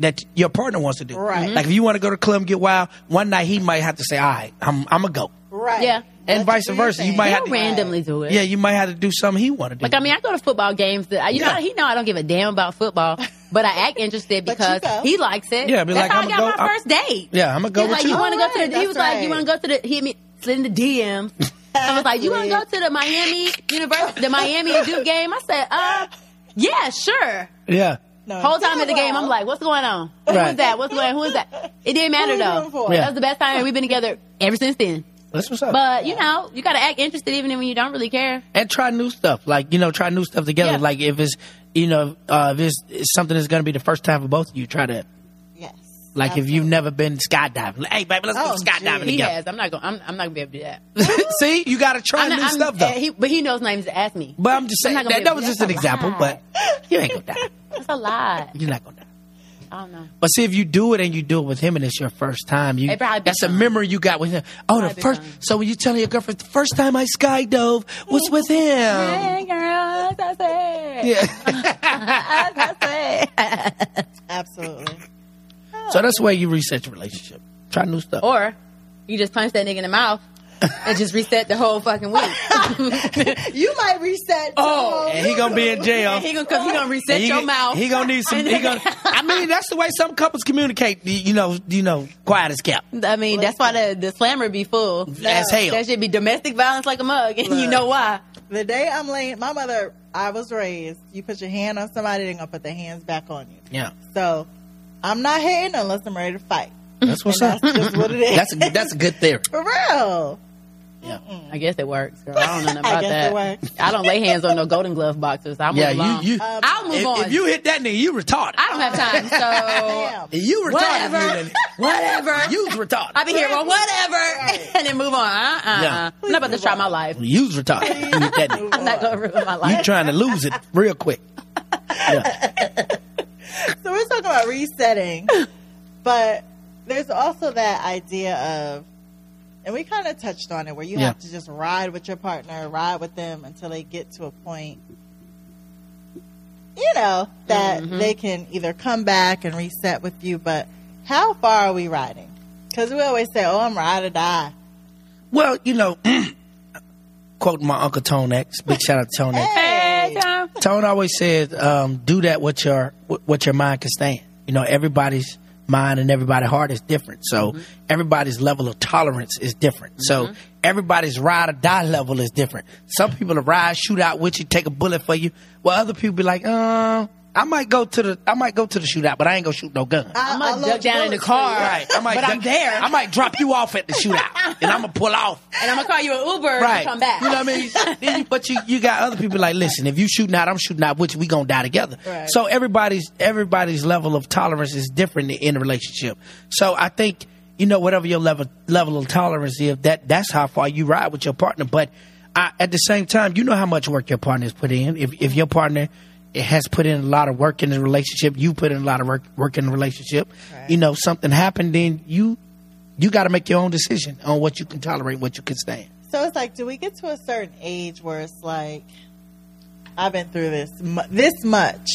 that your partner wants to do.
Right.
Like if you want to go to the club and get wild, one night he might have to say, "All right, I'm I'm gonna go,"
Right.
Yeah.
and
Let's
vice
do your
versa. You
thing.
might have
he'll
to
randomly do it.
Yeah, you might have to do something he want to do.
Like I mean, I go to football games. That I- you
Yeah.
know, he know I don't give a damn about football, but I act interested
But you
because
go.
he likes it.
Yeah, be
that's
like,
how
I'ma
I got
go-
my
I-
first date.
yeah, I'm gonna go
He's
with
like,
you.
you want to go to
Alright,
the? He was
that's
like, you
right.
want to go to the? He me send the DM. I was like, you want to go to the Miami University, the Miami and Duke game? I said, uh, yeah, sure.
yeah,
No.
Whole time at the game,
Well,
I'm like, what's going on? Who
Right.
is that? What's going? Who is that? It didn't matter
Who you
though.
rooting for?
Yeah.
That was the best time we've been together ever since then.
that's what's up.
But you know, you gotta act interested even when you don't really care.
and try new stuff. Like you know, try new stuff together.
Yeah.
Like if it's you know uh, if it's, it's something that's gonna be the first time for both of you, try that.
yes.
Like if you've never been skydiving, like, hey baby, let's
Oh,
go skydiving
gee.
He
together.
has. I'm not gonna. I'm, I'm not gonna be able to do that.
See, you got to try
I'm
new
not- I'm-
stuff though.
uh, he- but he knows names to ask me.
but I'm just saying
I'm not
that,
gonna be
that was
able to-
just an example. But you ain't gonna die.
That's a lot.
You're not gonna die.
I don't know.
But see, if you do it and you do it with him, and it's your first time, you
It probably be
that's a
fun.
memory you got with him. Oh, the
Probably be
first.
fun.
So when you tell your girlfriend the first time I skydove was with him,
Hey, girl, that's it.
yeah.
That's it.
Absolutely.
so that's the way you reset your relationship. Try new stuff.
Or you just punch that nigga in the mouth and just reset the whole fucking week.
You might reset.
Oh,
to-
and he gonna be in jail.
he gonna cause he gonna reset
he,
your
gon-
mouth.
He gonna need some. He gonna. I mean, that's the way some couples communicate. You know, you know, quiet as kept.
I mean, that's why the, the slammer be full
As hell.
That should be domestic violence like a mug, and you
Look.
know why?
The day I'm laying, my mother, I was raised. You put your hand on somebody, they're gonna put their hands back on you.
Yeah,
So, I'm not hitting unless I'm ready to fight.
that's what's
And
up.
that's just what it is.
That's a, that's a good theory.
For real.
Yeah.
I guess it works, girl. I don't know nothing
I
about
guess
that.
it works.
I don't lay hands on no golden glove boxers. I move
Yeah,
along.
you, you
Um,
I'll Uh, move
if,
on.
if you hit that nigga, you retarded.
I don't have time, so
Oh,
Damn.
you retarded.
Whatever.
nigga.
Whatever.
You was retarded.
I be here on whatever, and then move on. Uh, uh,
Yeah.
I'm not about to try my life.
you was retarded. You hit that nigga.
I'm not gonna ruin my
You
life.
trying to lose it real quick. Yeah.
So we're talking about resetting, but there's also that idea of, and we kind of touched on it, where you
Yeah.
have to just ride with your partner, ride with them until they get to a point, you know, that they can either come back and reset with you. But how far are we riding? Because we always say, "Oh, I'm ride or die."
Well, you know, quoting my Uncle Tone X, big shout out to Tone X.
Hey,
Tone always says, um, "Do that what your what your mind can stand." You know, everybody's mind and everybody's heart is different, so everybody's level of tolerance is different. So everybody's ride or die level is different. Some people will ride, shoot out with you, take a bullet for you, while other people be like, "Uh, I might go to the I might go to the shootout, but I ain't gonna shoot no gun."
I-
I'm
I
gonna
love
duck down in the
bullets.
car,
Right, I might
but I'm
duck-
there,
I might drop you off at the shootout, and I'm gonna pull off.
and I'm gonna call you an Uber
Right.
and come back.
You know what I mean? then you, but you, you got other people like, listen, if you shooting out, I'm shooting out, which we gonna die together.
Right.
So everybody's everybody's level of tolerance is different in a relationship. So I think you know whatever your level level of tolerance is, that that's how far you ride with your partner. But I, at the same time, you know how much work your partner has put in. If if your partner has put in a lot of work in the relationship, you put in a lot of work work in the relationship. You know something happened, then you you got to make your own decision on what you can tolerate, what you can stand.
So it's like, do we get to a certain age where it's like, I've been through this mu- this much?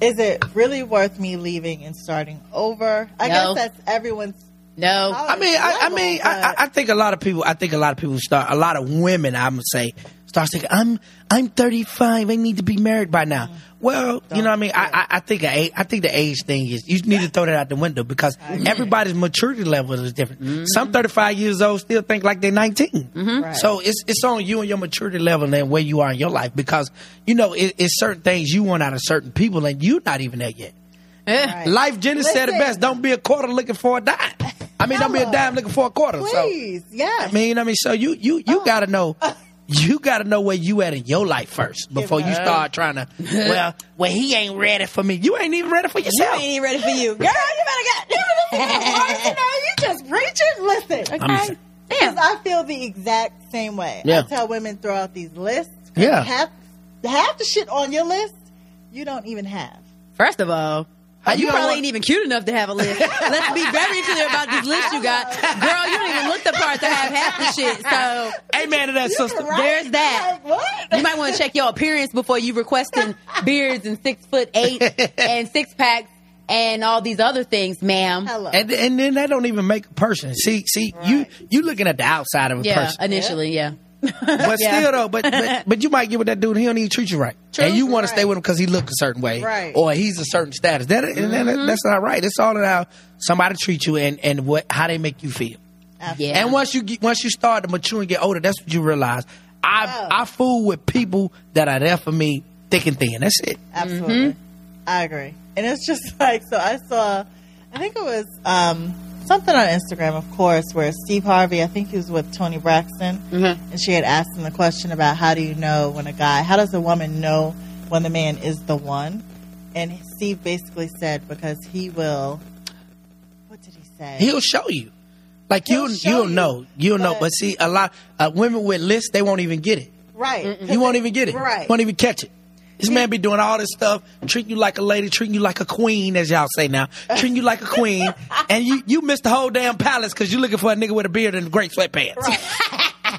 Is it really worth me leaving and starting over? I
No.
guess that's everyone's.
no,
tolerance
I mean, I, I
level,
mean, I, I-
but-
I think a lot of people. I think a lot of people start. A lot of women, I'm gonna say, starts thinking, "I'm, I'm 35. I need to be married by now." Well, you know, what I mean, I, I, I think, a- I think the age thing is you need to throw that out the window because everybody's maturity level is different. Some 35 years old still think like they're 19.
Right.
Mm-hmm. So it's it's on you and your maturity level and where you are in your life because you know it, it's certain things you want out of certain people and you're not even there yet.
Right.
Life Jenny said it
Eh. Listen.
best. Don't be a quarter looking for a dime. I mean, don't be a
Come
dime looking for a quarter. So
please, yes.
I mean, I mean, so you you
Oh.
you gotta know.
Uh.
You gotta know where you at in your life first before you start trying to. Well, well, he ain't ready for me. You ain't even ready for yourself.
ain't ready for you, girl. You better get. You better get- you just preaching. Listen,
I'm just-
Because I feel the exact same way.
Yeah.
I tell women throw out these lists.
Yeah.
Half, half the shit on your list, you don't even have.
First of all,
How
you
you gonna
probably
look-
ain't even cute enough to have a list. Let's be very clear about this list you got. Girl, you don't even look the part to have half the shit. So
Amen to that sister.
there's that.
Like, what?
You might want to check your appearance before you requesting beards and six foot eight and six packs and all these other things, ma'am.
Hello.
And and then that don't even make a person. See, see, you you looking at the outside of a
Yeah,
person,
initially, yeah.
but
Yeah.
still though, but, but but you might get with that dude. He don't even treat you right, and you want to stay
right.
with him because he look a certain way,
Right. Mm-hmm.
Or he's a certain status. That, and that that's not right. It's all about somebody treat you and and what how they make you feel.
Yeah.
And once you get, once you start to mature and get older, that's what you realize. I
Oh.
I fool with people that are there for me thick and thin. That's it.
Absolutely.
Mm-hmm.
I agree. And it's just like, so I saw, I think it was um, something on Instagram, of course, where Steve Harvey, I think he was with Tony Braxton,
Mm-hmm.
and she had asked him the question about how do you know when a guy, how does a woman know when the man is the one? And Steve basically said, because he will, what did he say?
He'll show you. Like you
He'll show
you'll
you,
know you'll know.
but-
But see, a lot uh, women with lists they won't even get it.
right.
You won't even get it.
Mm-hmm. Right.
Won't even catch it. This man be doing all this stuff, treating you like a lady, treating you like a queen, as y'all say now, treating you like a queen, and you you missed the whole damn palace because you looking for a nigga with a beard and great sweatpants.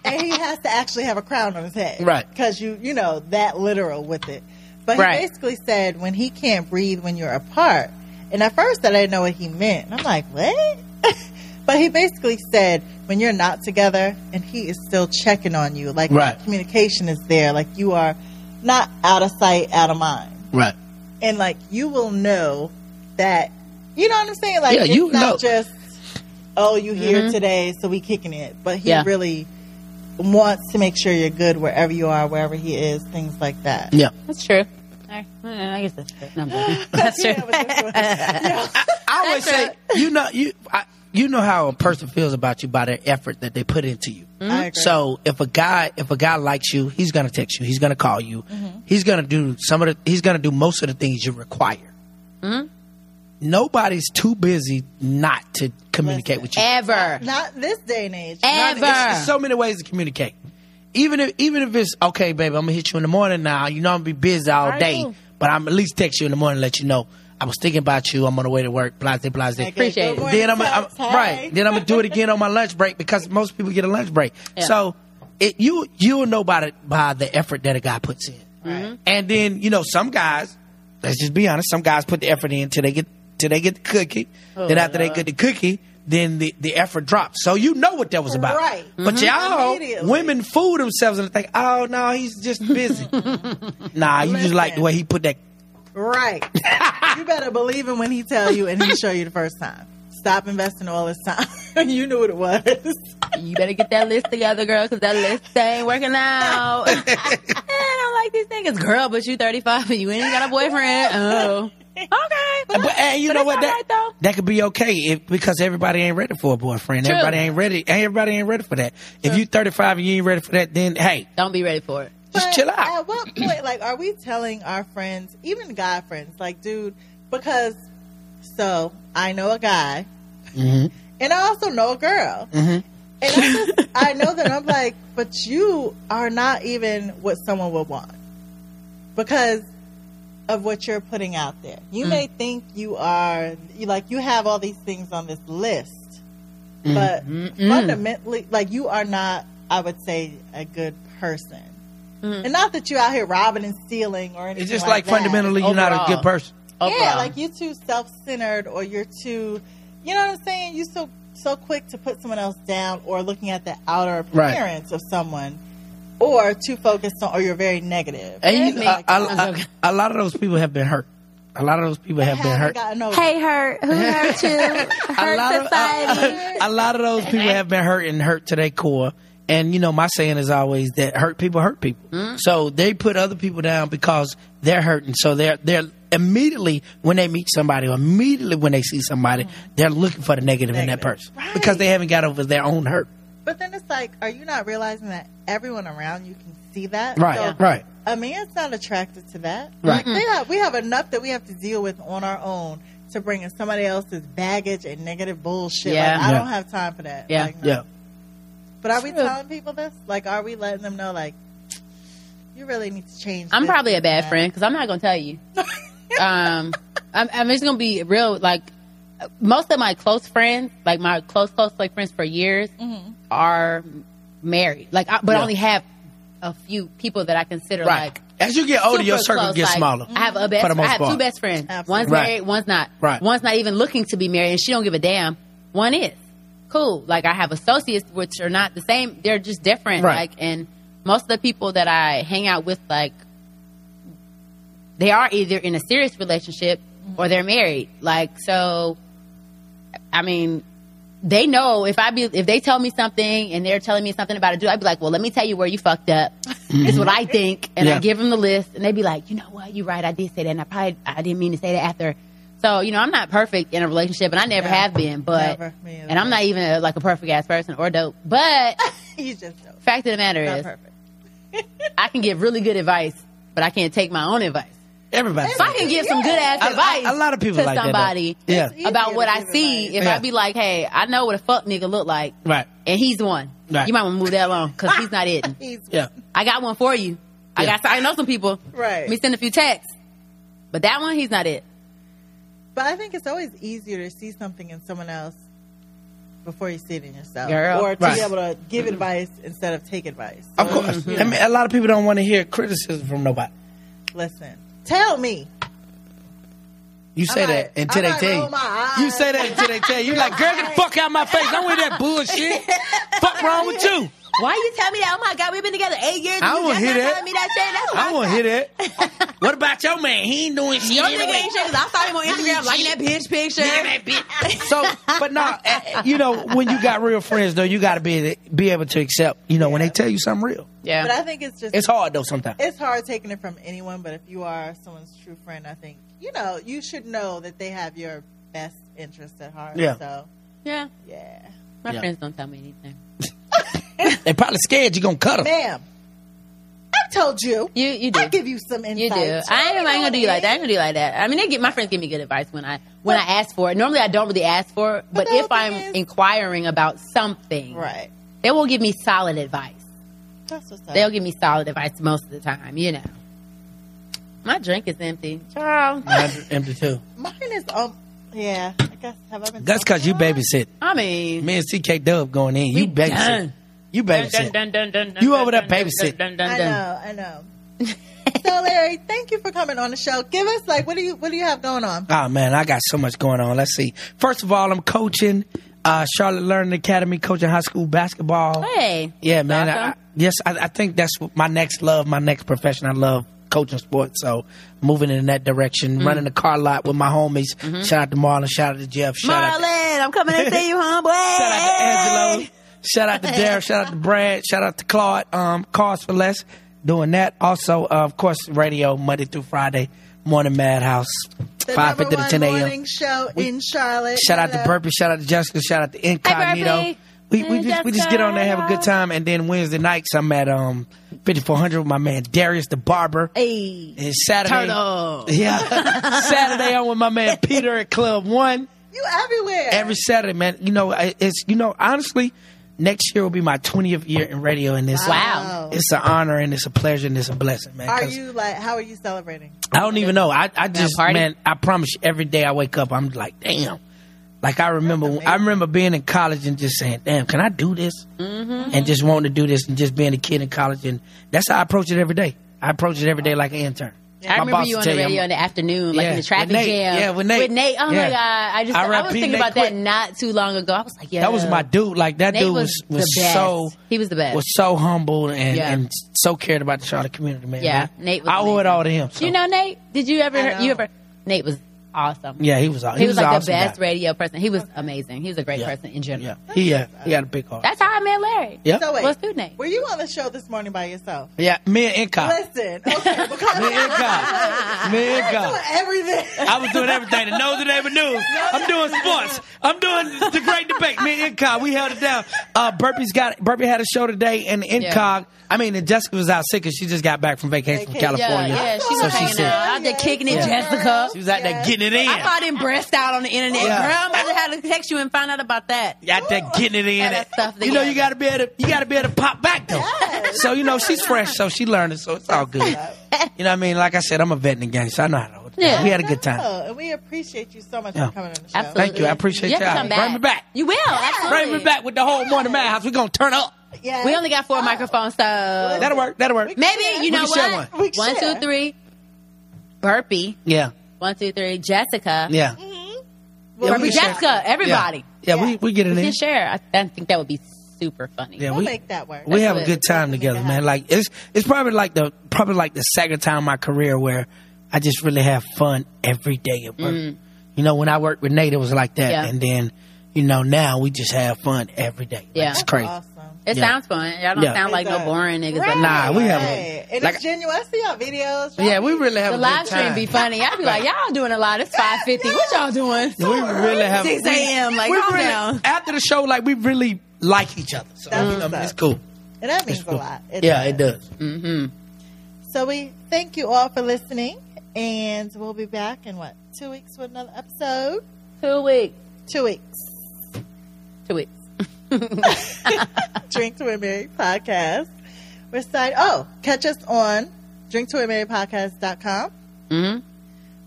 and he has to actually have a crown on his head,
Right.
Because you, you know, that literal with it. But
Right.
he basically said when he can't breathe when you're apart. And at first, I didn't know what he meant. And I'm like, what? but he basically said when you're not together, and he is still checking on you, like
Right.
communication is there, like you are not out of sight, out of mind,
Right.
and like you will know that. You know what I'm saying? Like
Yeah,
it's
you
not
know. Mm-hmm.
just oh you here today, so we kicking it. But he
Yeah.
really wants to make sure you're good wherever you are, wherever he is, things like that.
Yeah.
That's true. I I guess that's true. No, I'm joking. That's true.
Yeah, but this one-
I always say,
That's
you know, you I, you know how a person feels about you by their effort that they put into you.
Mm-hmm. I agree.
So if a guy if a guy likes you, he's gonna text you, he's gonna call you,
Mm-hmm.
he's gonna do some of the he's gonna do most of the things you require.
Mm-hmm.
Nobody's too busy not to communicate with you.
Ever.
not this day and age.
Eh.
Ever.
It's, it's so many ways to communicate. Even if even if it's okay, baby, I'm gonna hit you in the morning now. You know I'm gonna be busy all day, but I'm at least text you in the morning, and let you know I was thinking about you. I'm on the way to work. Blase, blase.
Appreciate
good
it.
morning,
Then I'm, I'm
text. Hi.
right. Then I'm gonna do it again on my lunch break because most people get a lunch break.
Yeah.
So it, you you'll know by the, by the effort that a guy puts in, Mm-hmm. and then you know some guys. Let's just be honest. Some guys put the effort in till they get till they get the cookie. then after they get the cookie, then the, the effort drops. So you know what that was about,
Right. Mm-hmm.
But y'all
Immediately.
women fool themselves and think, oh no, he's just busy. nah, you just like the way he put that.
Right. you better believe him when he tell you and he show you the first time. Stop investing all this time. you knew what it was.
You better get that list together, girl, because that list ain't working out. and I like these niggas, girl, but you 35 and you ain't got a boyfriend. Oh, okay.
But and you know
it's
what?
all
That
right, though.
that could be okay if, because everybody ain't ready for a boyfriend.
True.
Everybody ain't ready. Everybody ain't ready for that. If you 35 and you ain't ready for that, then hey,
Don't be ready for it.
just
But
chill out.
At what point, like, are we telling our friends, even guy friends, like, dude, because so I know a guy,
Mm-hmm,
and I also know a girl, and I, just, I know that I'm like, but you are not even what someone would want because of what you're putting out there.
Mm.
You may think you are, you like, you have all these things on this list,
Mm-hmm.
but
Mm.
fundamentally, like, you are not, I would say, a good person. And not that you're out here robbing and stealing or anything.
it's just like,
that.
fundamentally, you're not a good
Overall.
person.
Yeah,
Overall.
like you're too self-centered, or you're too, you know what I'm saying? You're so so quick to put someone else down, or looking at the outer
Right.
appearance of someone, or too focused on, or you're very negative.
And you,
me.
a, a-
I'm joking.
a- a lot of those people have been hurt. A lot of those people have been
Haven't
hurt.
gotten over it.
Hey, hurt. Who hurt you?
a lot
hurt
of uh,
society.
a, a lot of those people have been hurt and hurt to their core. And you know, my saying is always that hurt people hurt people. So they put other people down because they're hurting. So they're they're immediately when they meet somebody or immediately when they see somebody, they're looking for the negative in that
Negative.
person because they haven't got over their own hurt.
But then it's like, are you not realizing that everyone around you can see that?
Right,
So
right.
A man's not attracted to that. Like,
Right.
they have, we have enough that we have to deal with on our own to bring in somebody else's baggage and negative bullshit.
Yeah.
Like, I
Yeah.
don't have time for that.
Yeah.
Like, no.
Yeah.
But are we telling people this? Like, are we letting them know, like, you really need to change?
I'm
this
probably a
and
bad
that?
friend because I'm not gonna tell you. um, I'm, I'm just gonna be real. Like most of my close friends, like my close close like friends for years, are married. Like, I, but I
Yeah.
only have a few people that I consider like.
As you get older,
super
your circle
close.
gets
Like, mm-hmm.
smaller.
I have a best.
For the most
I have two
part.
best friends.
Absolutely.
One's
Right.
married, one's not.
Right.
One's not even looking to be married, and she don't give a damn. One is cool. Like I have associates, which are not the same. They're just different.
Right.
Like and most of the people that I hang out with, like they are either in a serious relationship or they're married. Like so, I mean, they know if I be if they tell me something and they're telling me something about a dude, I'd be like, well, let me tell you where you fucked up. It's what I think, and I
Mm-hmm. Yeah.
give them the list, and they'd be like, you know what, you're right, I did say that, and I probably I didn't mean to say that after. So you know, I'm not perfect in a relationship, and I never
No.
have been, but
Never. Me either.
and I'm not even uh like a perfect ass person or dope, but
You just don't.
fact of the matter
Not
is,
perfect.
I can give really good advice, but I can't take my own advice.
Everybody.
If I can give some good ass
I- I-
advice
a lot of people
to
like that, though.
somebody
Yeah.
It's easier
about
to
what I
give
see,
advice.
if
Yeah.
I be like, hey, I know what a fuck nigga look like,
Right.
and he's one.
Right.
You might want to move that along because he's not it.
He's
Yeah.
I got one for you. I
Yeah.
got. I know some people.
Right.
Me send a few texts, but that one he's not it.
But I think it's always easier to see something in someone else before you see it in yourself,
Girl.
or to
Right.
be able to give advice instead of take advice.
Of course. I mean, a lot of people don't want to hear criticism from nobody.
Listen, tell me.
You say
I might-
that
I
until they
might
tell
roll my eyes.
you. You say that until they tell you. You're like, girl, get the fuck out of my face. I'm with that bullshit. fuck wrong with you?
Why you tell me that? Oh my God, we've been together eight years.
I
and you
wanna
just
hear
not
that.
telling Me that shit. That's
I
why-
want to hear that. what about your man? He ain't doing shit.
Your
anyway.
nigga ain't shit 'cause I saw him on Instagram liking that bitch picture.
So, but no, eh, eh, you know, when you got real friends, though, you got to be be able to accept. You know, when they tell you something real,
But I
Yeah.
think it's just
it's hard though. Sometimes
it's hard taking it from anyone, but if you are someone's true friend, I think you know you should know that they have your best interest at heart.
Yeah.
So
Yeah.
yeah,
My
Yeah.
friends don't tell me anything.
they probably scared you gonna cut them.
ma'am, I told you.
You you do.
I give you some insight.
You do. I ain't, I ain't gonna do you like that. I ain't gonna do you like that. I mean, they get my friends give me good advice when I when I ask for it. Normally, I don't really ask for it,
But
but,
the whole
if I'm
thing is-
inquiring about something,
Right.
they will give me solid advice.
That's what's up.
They'll give me solid advice most of the time. You know, my drink is empty, child.
Empty too.
Mine is um. Yeah. I guess have I been?
That's because you
talking
babysit.
I mean,
Me and CK Dub going in. You
We
babysit.
done.
You babysit. You over there babysit.
a lot? I know. I know. so Larry, thank you for coming on the show. Give us like what do you what do you have going on?
Oh man, I got so much going on. Let's see. First of all, I'm coaching uh, Charlotte Learning Academy, coaching high school basketball.
Hey,
Yeah, man. I,
Awesome.
I- yes, I, I think that's what my next love, my next profession. I love coaching sports, so moving in that direction,
Mm-hmm.
running the car lot with my homies. Shout out to Marlon. Shout out to Jeff. Shout out. To,
Marlon, I'm coming to see you,
shout out to
homeboy.
Angelo. Shout out to Daryl. shout out to Brad. Shout out to Claude. Um, Cars for Less. Doing that. Also, uh, of course, radio Monday through Friday, morning madhouse,
The
five
number
fifty to
one
ten a.m.
morning show in Charlotte.
Shout out to
Hello.
Burpee. Shout out to Jessica. Shout out to Incognito.
Burpee.
we we just we just get on there, have a good time, and then Wednesday nights I'm at um 5400 with my man Darius the barber.
Hey,
And Saturday,
turtle.
yeah, Saturday I'm with my man Peter at Club One.
You everywhere.
Every Saturday, man. You know I- it's you know honestly, next year will be my 20th year in radio, and it's
Wow.
it's an honor and it's a pleasure and it's a blessing, man.
Are
'cause
you like? How are you celebrating?
I don't even know. I, I just
party?
man, I promise you, every day I wake up, I'm like, damn. Like I remember, I remember being in college and just saying, damn, can I do this? Mm-hmm. And just wanting to do this and just being a kid in college, and that's how I approach it every day. I approach it every day like an intern.
I remember you on the radio in the afternoon, like
Yeah,
in the traffic
with Nate.
jam.
Yeah, with Nate.
Oh
Yeah.
my god, I just
I
I,
rap
was
Pete,
thinking
Nate
about
quit.
that not too long ago. I was like, yeah,
that was my dude. Like that
Nate
dude was
was
was,
the best.
so
He was the best.
Was so humble and,
Yeah.
and so cared about the Charlotte community, man.
Yeah,
I-
Nate was
I owe it
amazing.
all to him. so.
You know, Nate? Did you ever?
I
hear- You
know.
ever? Nate was awesome.
yeah, he was. He,
he, was,
an
like
awesome
the best
guy.
radio person. He was amazing. He was a great person in general.
Yeah, he yeah, he had a big heart.
That's how I met Larry.
Yep.
So wait,
What's food name?
Were you on the show this morning by yourself?
Yeah, me and Incom.
Listen, okay, because
Me and God. Me and
I'm doing
God.
everything.
I was doing everything. The nose and every news. I'm doing sports. I'm doing the great debate. Me and Incog, we held it down. Uh, Burpee's got Burpee had a show today, and Incog. I mean, and Jessica was out sick, and she just got back from vacation from
Vacation.
Yeah,
California.
yeah, she was
so she
hanging
said,
out. out there kicking it,
Yeah.
Jessica.
she was out there getting it in.
I
Yeah,
thought him breast out on the internet.
Yeah.
Girl, I'm about to have to text you and find out about that.
out there getting it in.
All that stuff that
you know,
you
you gotta be able to you gotta be able to pop back though. So you know she's fresh, so she learning, so it's all good. you know what I mean? Like I said, I'm a vet in the game, so I know how to. hold it down.
Yeah.
We had a good time.
Oh, and we appreciate you so much
Yeah.
for coming on the show.
Absolutely.
Thank you. I appreciate
you have to
y'all.
come back.
Bring me back.
You will. Absolutely.
Bring me back with the whole morning madhouse. We're gonna turn up.
Yes.
We only got four microphones, so
That'll work. That'll work.
maybe
share.
you know
We can share
what?
one.
We can
One,
share.
two, three. Burpee.
Yeah.
One, two, three. Jessica.
Yeah.
Mm-hmm. We'll
Yeah,
Burpee.
we can share.
Jessica. Everybody.
Yeah, we, we get it
We
in.
can share. I, I think that would be super funny.
Yeah,
We'll
we
make that work.
we have a
it.
good time together, man. Like it's it's probably like the probably like the second time in my career where I just really have fun every day at work. You know, when I worked with Nate, it was like that,
Mm. Yeah.
and then you know now we just have fun every day. Like,
Yeah.
it's crazy.
Awesome.
It
Yeah.
sounds fun. Y'all don't
Yeah.
sound like
It
no
does.
boring niggas.
Right.
But
Nah, we have a-
Right. And
like-
it's genuine. I see y'all videos. Y'all
Yeah, we really have
The
a
live
good time.
stream be funny. I'd be like, y'all doing a lot. It's five fifty. What y'all doing?
we really have
6 a.m. Like,
we
calm
really-
down.
after the show, like we really like each other. So
That's
you know,
what's up.
it's cool.
And that means
It's
a
cool.
lot.
yeah, it does.
Mm-hmm.
So we thank you all for listening, and we'll be back in what two weeks with another episode.
Two weeks.
Two weeks.
Two weeks.
Drink to a Mary podcast. We're starting. Oh, catch us on drink to a Mary podcast.com.
Mm-hmm.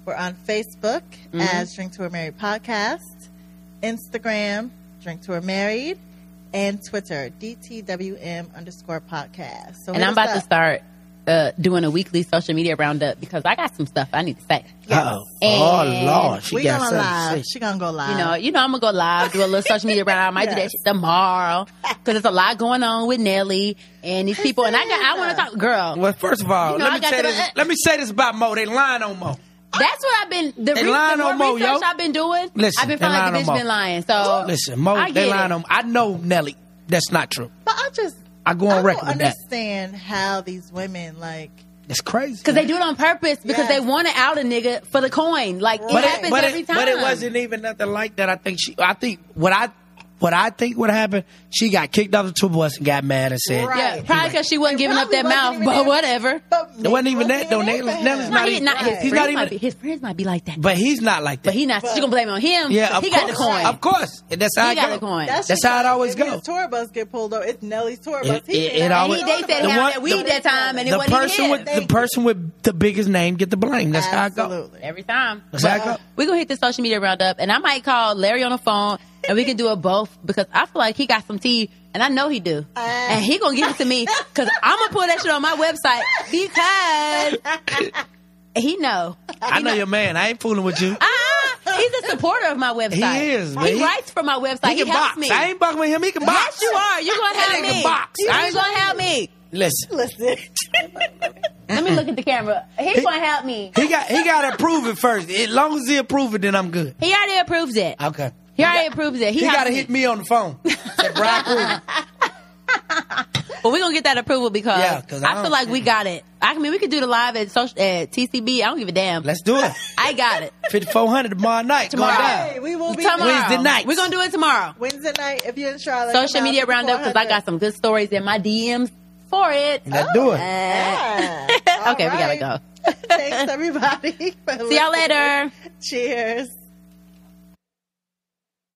We're on Facebook as Drink to a Married Podcast, Instagram, Drink to a Married, and Twitter, DTWM underscore podcast. So
And I'm about to
start.
start uh, doing a weekly social media roundup because I got some stuff I need to say.
Uh oh. Oh
And
Lord, she
We're
got
going to
something
live.
to say.
She going to go live.
You know, you know, I'm gonna go live, do a little social media round. I might do that shit tomorrow because there's a lot going on with Nelly and these people. And I got, I want to talk, girl.
Well, first of all,
You know, I
let me
got
say
the- uh,
this. let me say this about Mo. They lying on Mo.
That's what I've been. The,
They
re- the
lying
more
on Mo,
research
yo.
I've been doing,
Listen,
I've been
they
feeling like the
lying
bitch
on Mo.
been lying. So
Listen, Mo,
I
they
get
lying
it.
on. I know Nelly. That's not true.
but I just,
I go
I
on
don't
record with that.
understand how these women, like,
That's crazy.
Because they do it on purpose because
Yes.
they want to out a nigga for the coin. Like it
but
happens
it, but,
every
it,
time.
but it wasn't even nothing like that. I think she. I think what I what I think would happen. She got kicked off the tour bus and got mad and said,
Right.
Yeah, probably because she wasn't giving up
probably
that
wasn't
mouth.
even
But
there.
whatever.
but
It wasn't even that, though.
Nelly-
Nelly's-
Not
Nelly's Not
even,
even-
not his
Right.
friends
He's not
might
even-
be his friends might be like that. But,
"But he's not like that."
he not. she gonna blame it on him.
yeah, of
he
course.
got the coin.
Of course, and that's how
He
it
got
go.
the coin.
That's,
That's
just
how it
like
always
if
go.
His tour bus get pulled over. It's Nelly's tour bus.
It- it- it always-
He- they said
the
how
one-
that we
the-
that time and it
The
wasn't
person
even
with
his.
the person with the biggest name get the blame. That's how it go.
Absolutely.
Every time.
That's how it go.
We're gonna hit the social media roundup and I might call Larry on the phone and we can do it both because I feel like he got some tea and I know he do. and he gonna give it to me because I'm gonna put that shit on my website because he know.
I know your man. I ain't fooling with you.
Ah, he's a supporter of my website.
He is, man.
He,
He-
writes for my website. He,
he can
helps
box.
me.
I ain't bucking with him. He can box.
yes, you are. You're gonna
That
help
nigga
me.
box.
You're
I ain't-
gonna help me.
Listen,
Listen.
Let me look at the camera. He's
He-
gonna help me.
he got he got to approve it first. As long as he approve it, then I'm good.
He already approves it.
Okay.
He already approves it. He,
He
helps
got to
me.
hit me on the phone. Said, "Bro, I approve it."
But we're gonna get that approval because
Yeah, 'cause I
I, feel
don't-
like we got it. I mean, we could do the live at social at TCB. I don't give a damn.
Let's do it.
I got it.
5400 tomorrow night.
Tomorrow.
Going
Hey,
down.
we will be
tomorrow.
Wednesday night.
We're gonna do it tomorrow.
Wednesday night if you're in Charlotte. come
Social
out
media
to the
roundup because I
400.
got some good stories in my DMs for it.
Let's do it.
Uh,
Yeah.
okay,
All
we gotta
right.
go.
Thanks everybody.
See y'all later.
Cheers.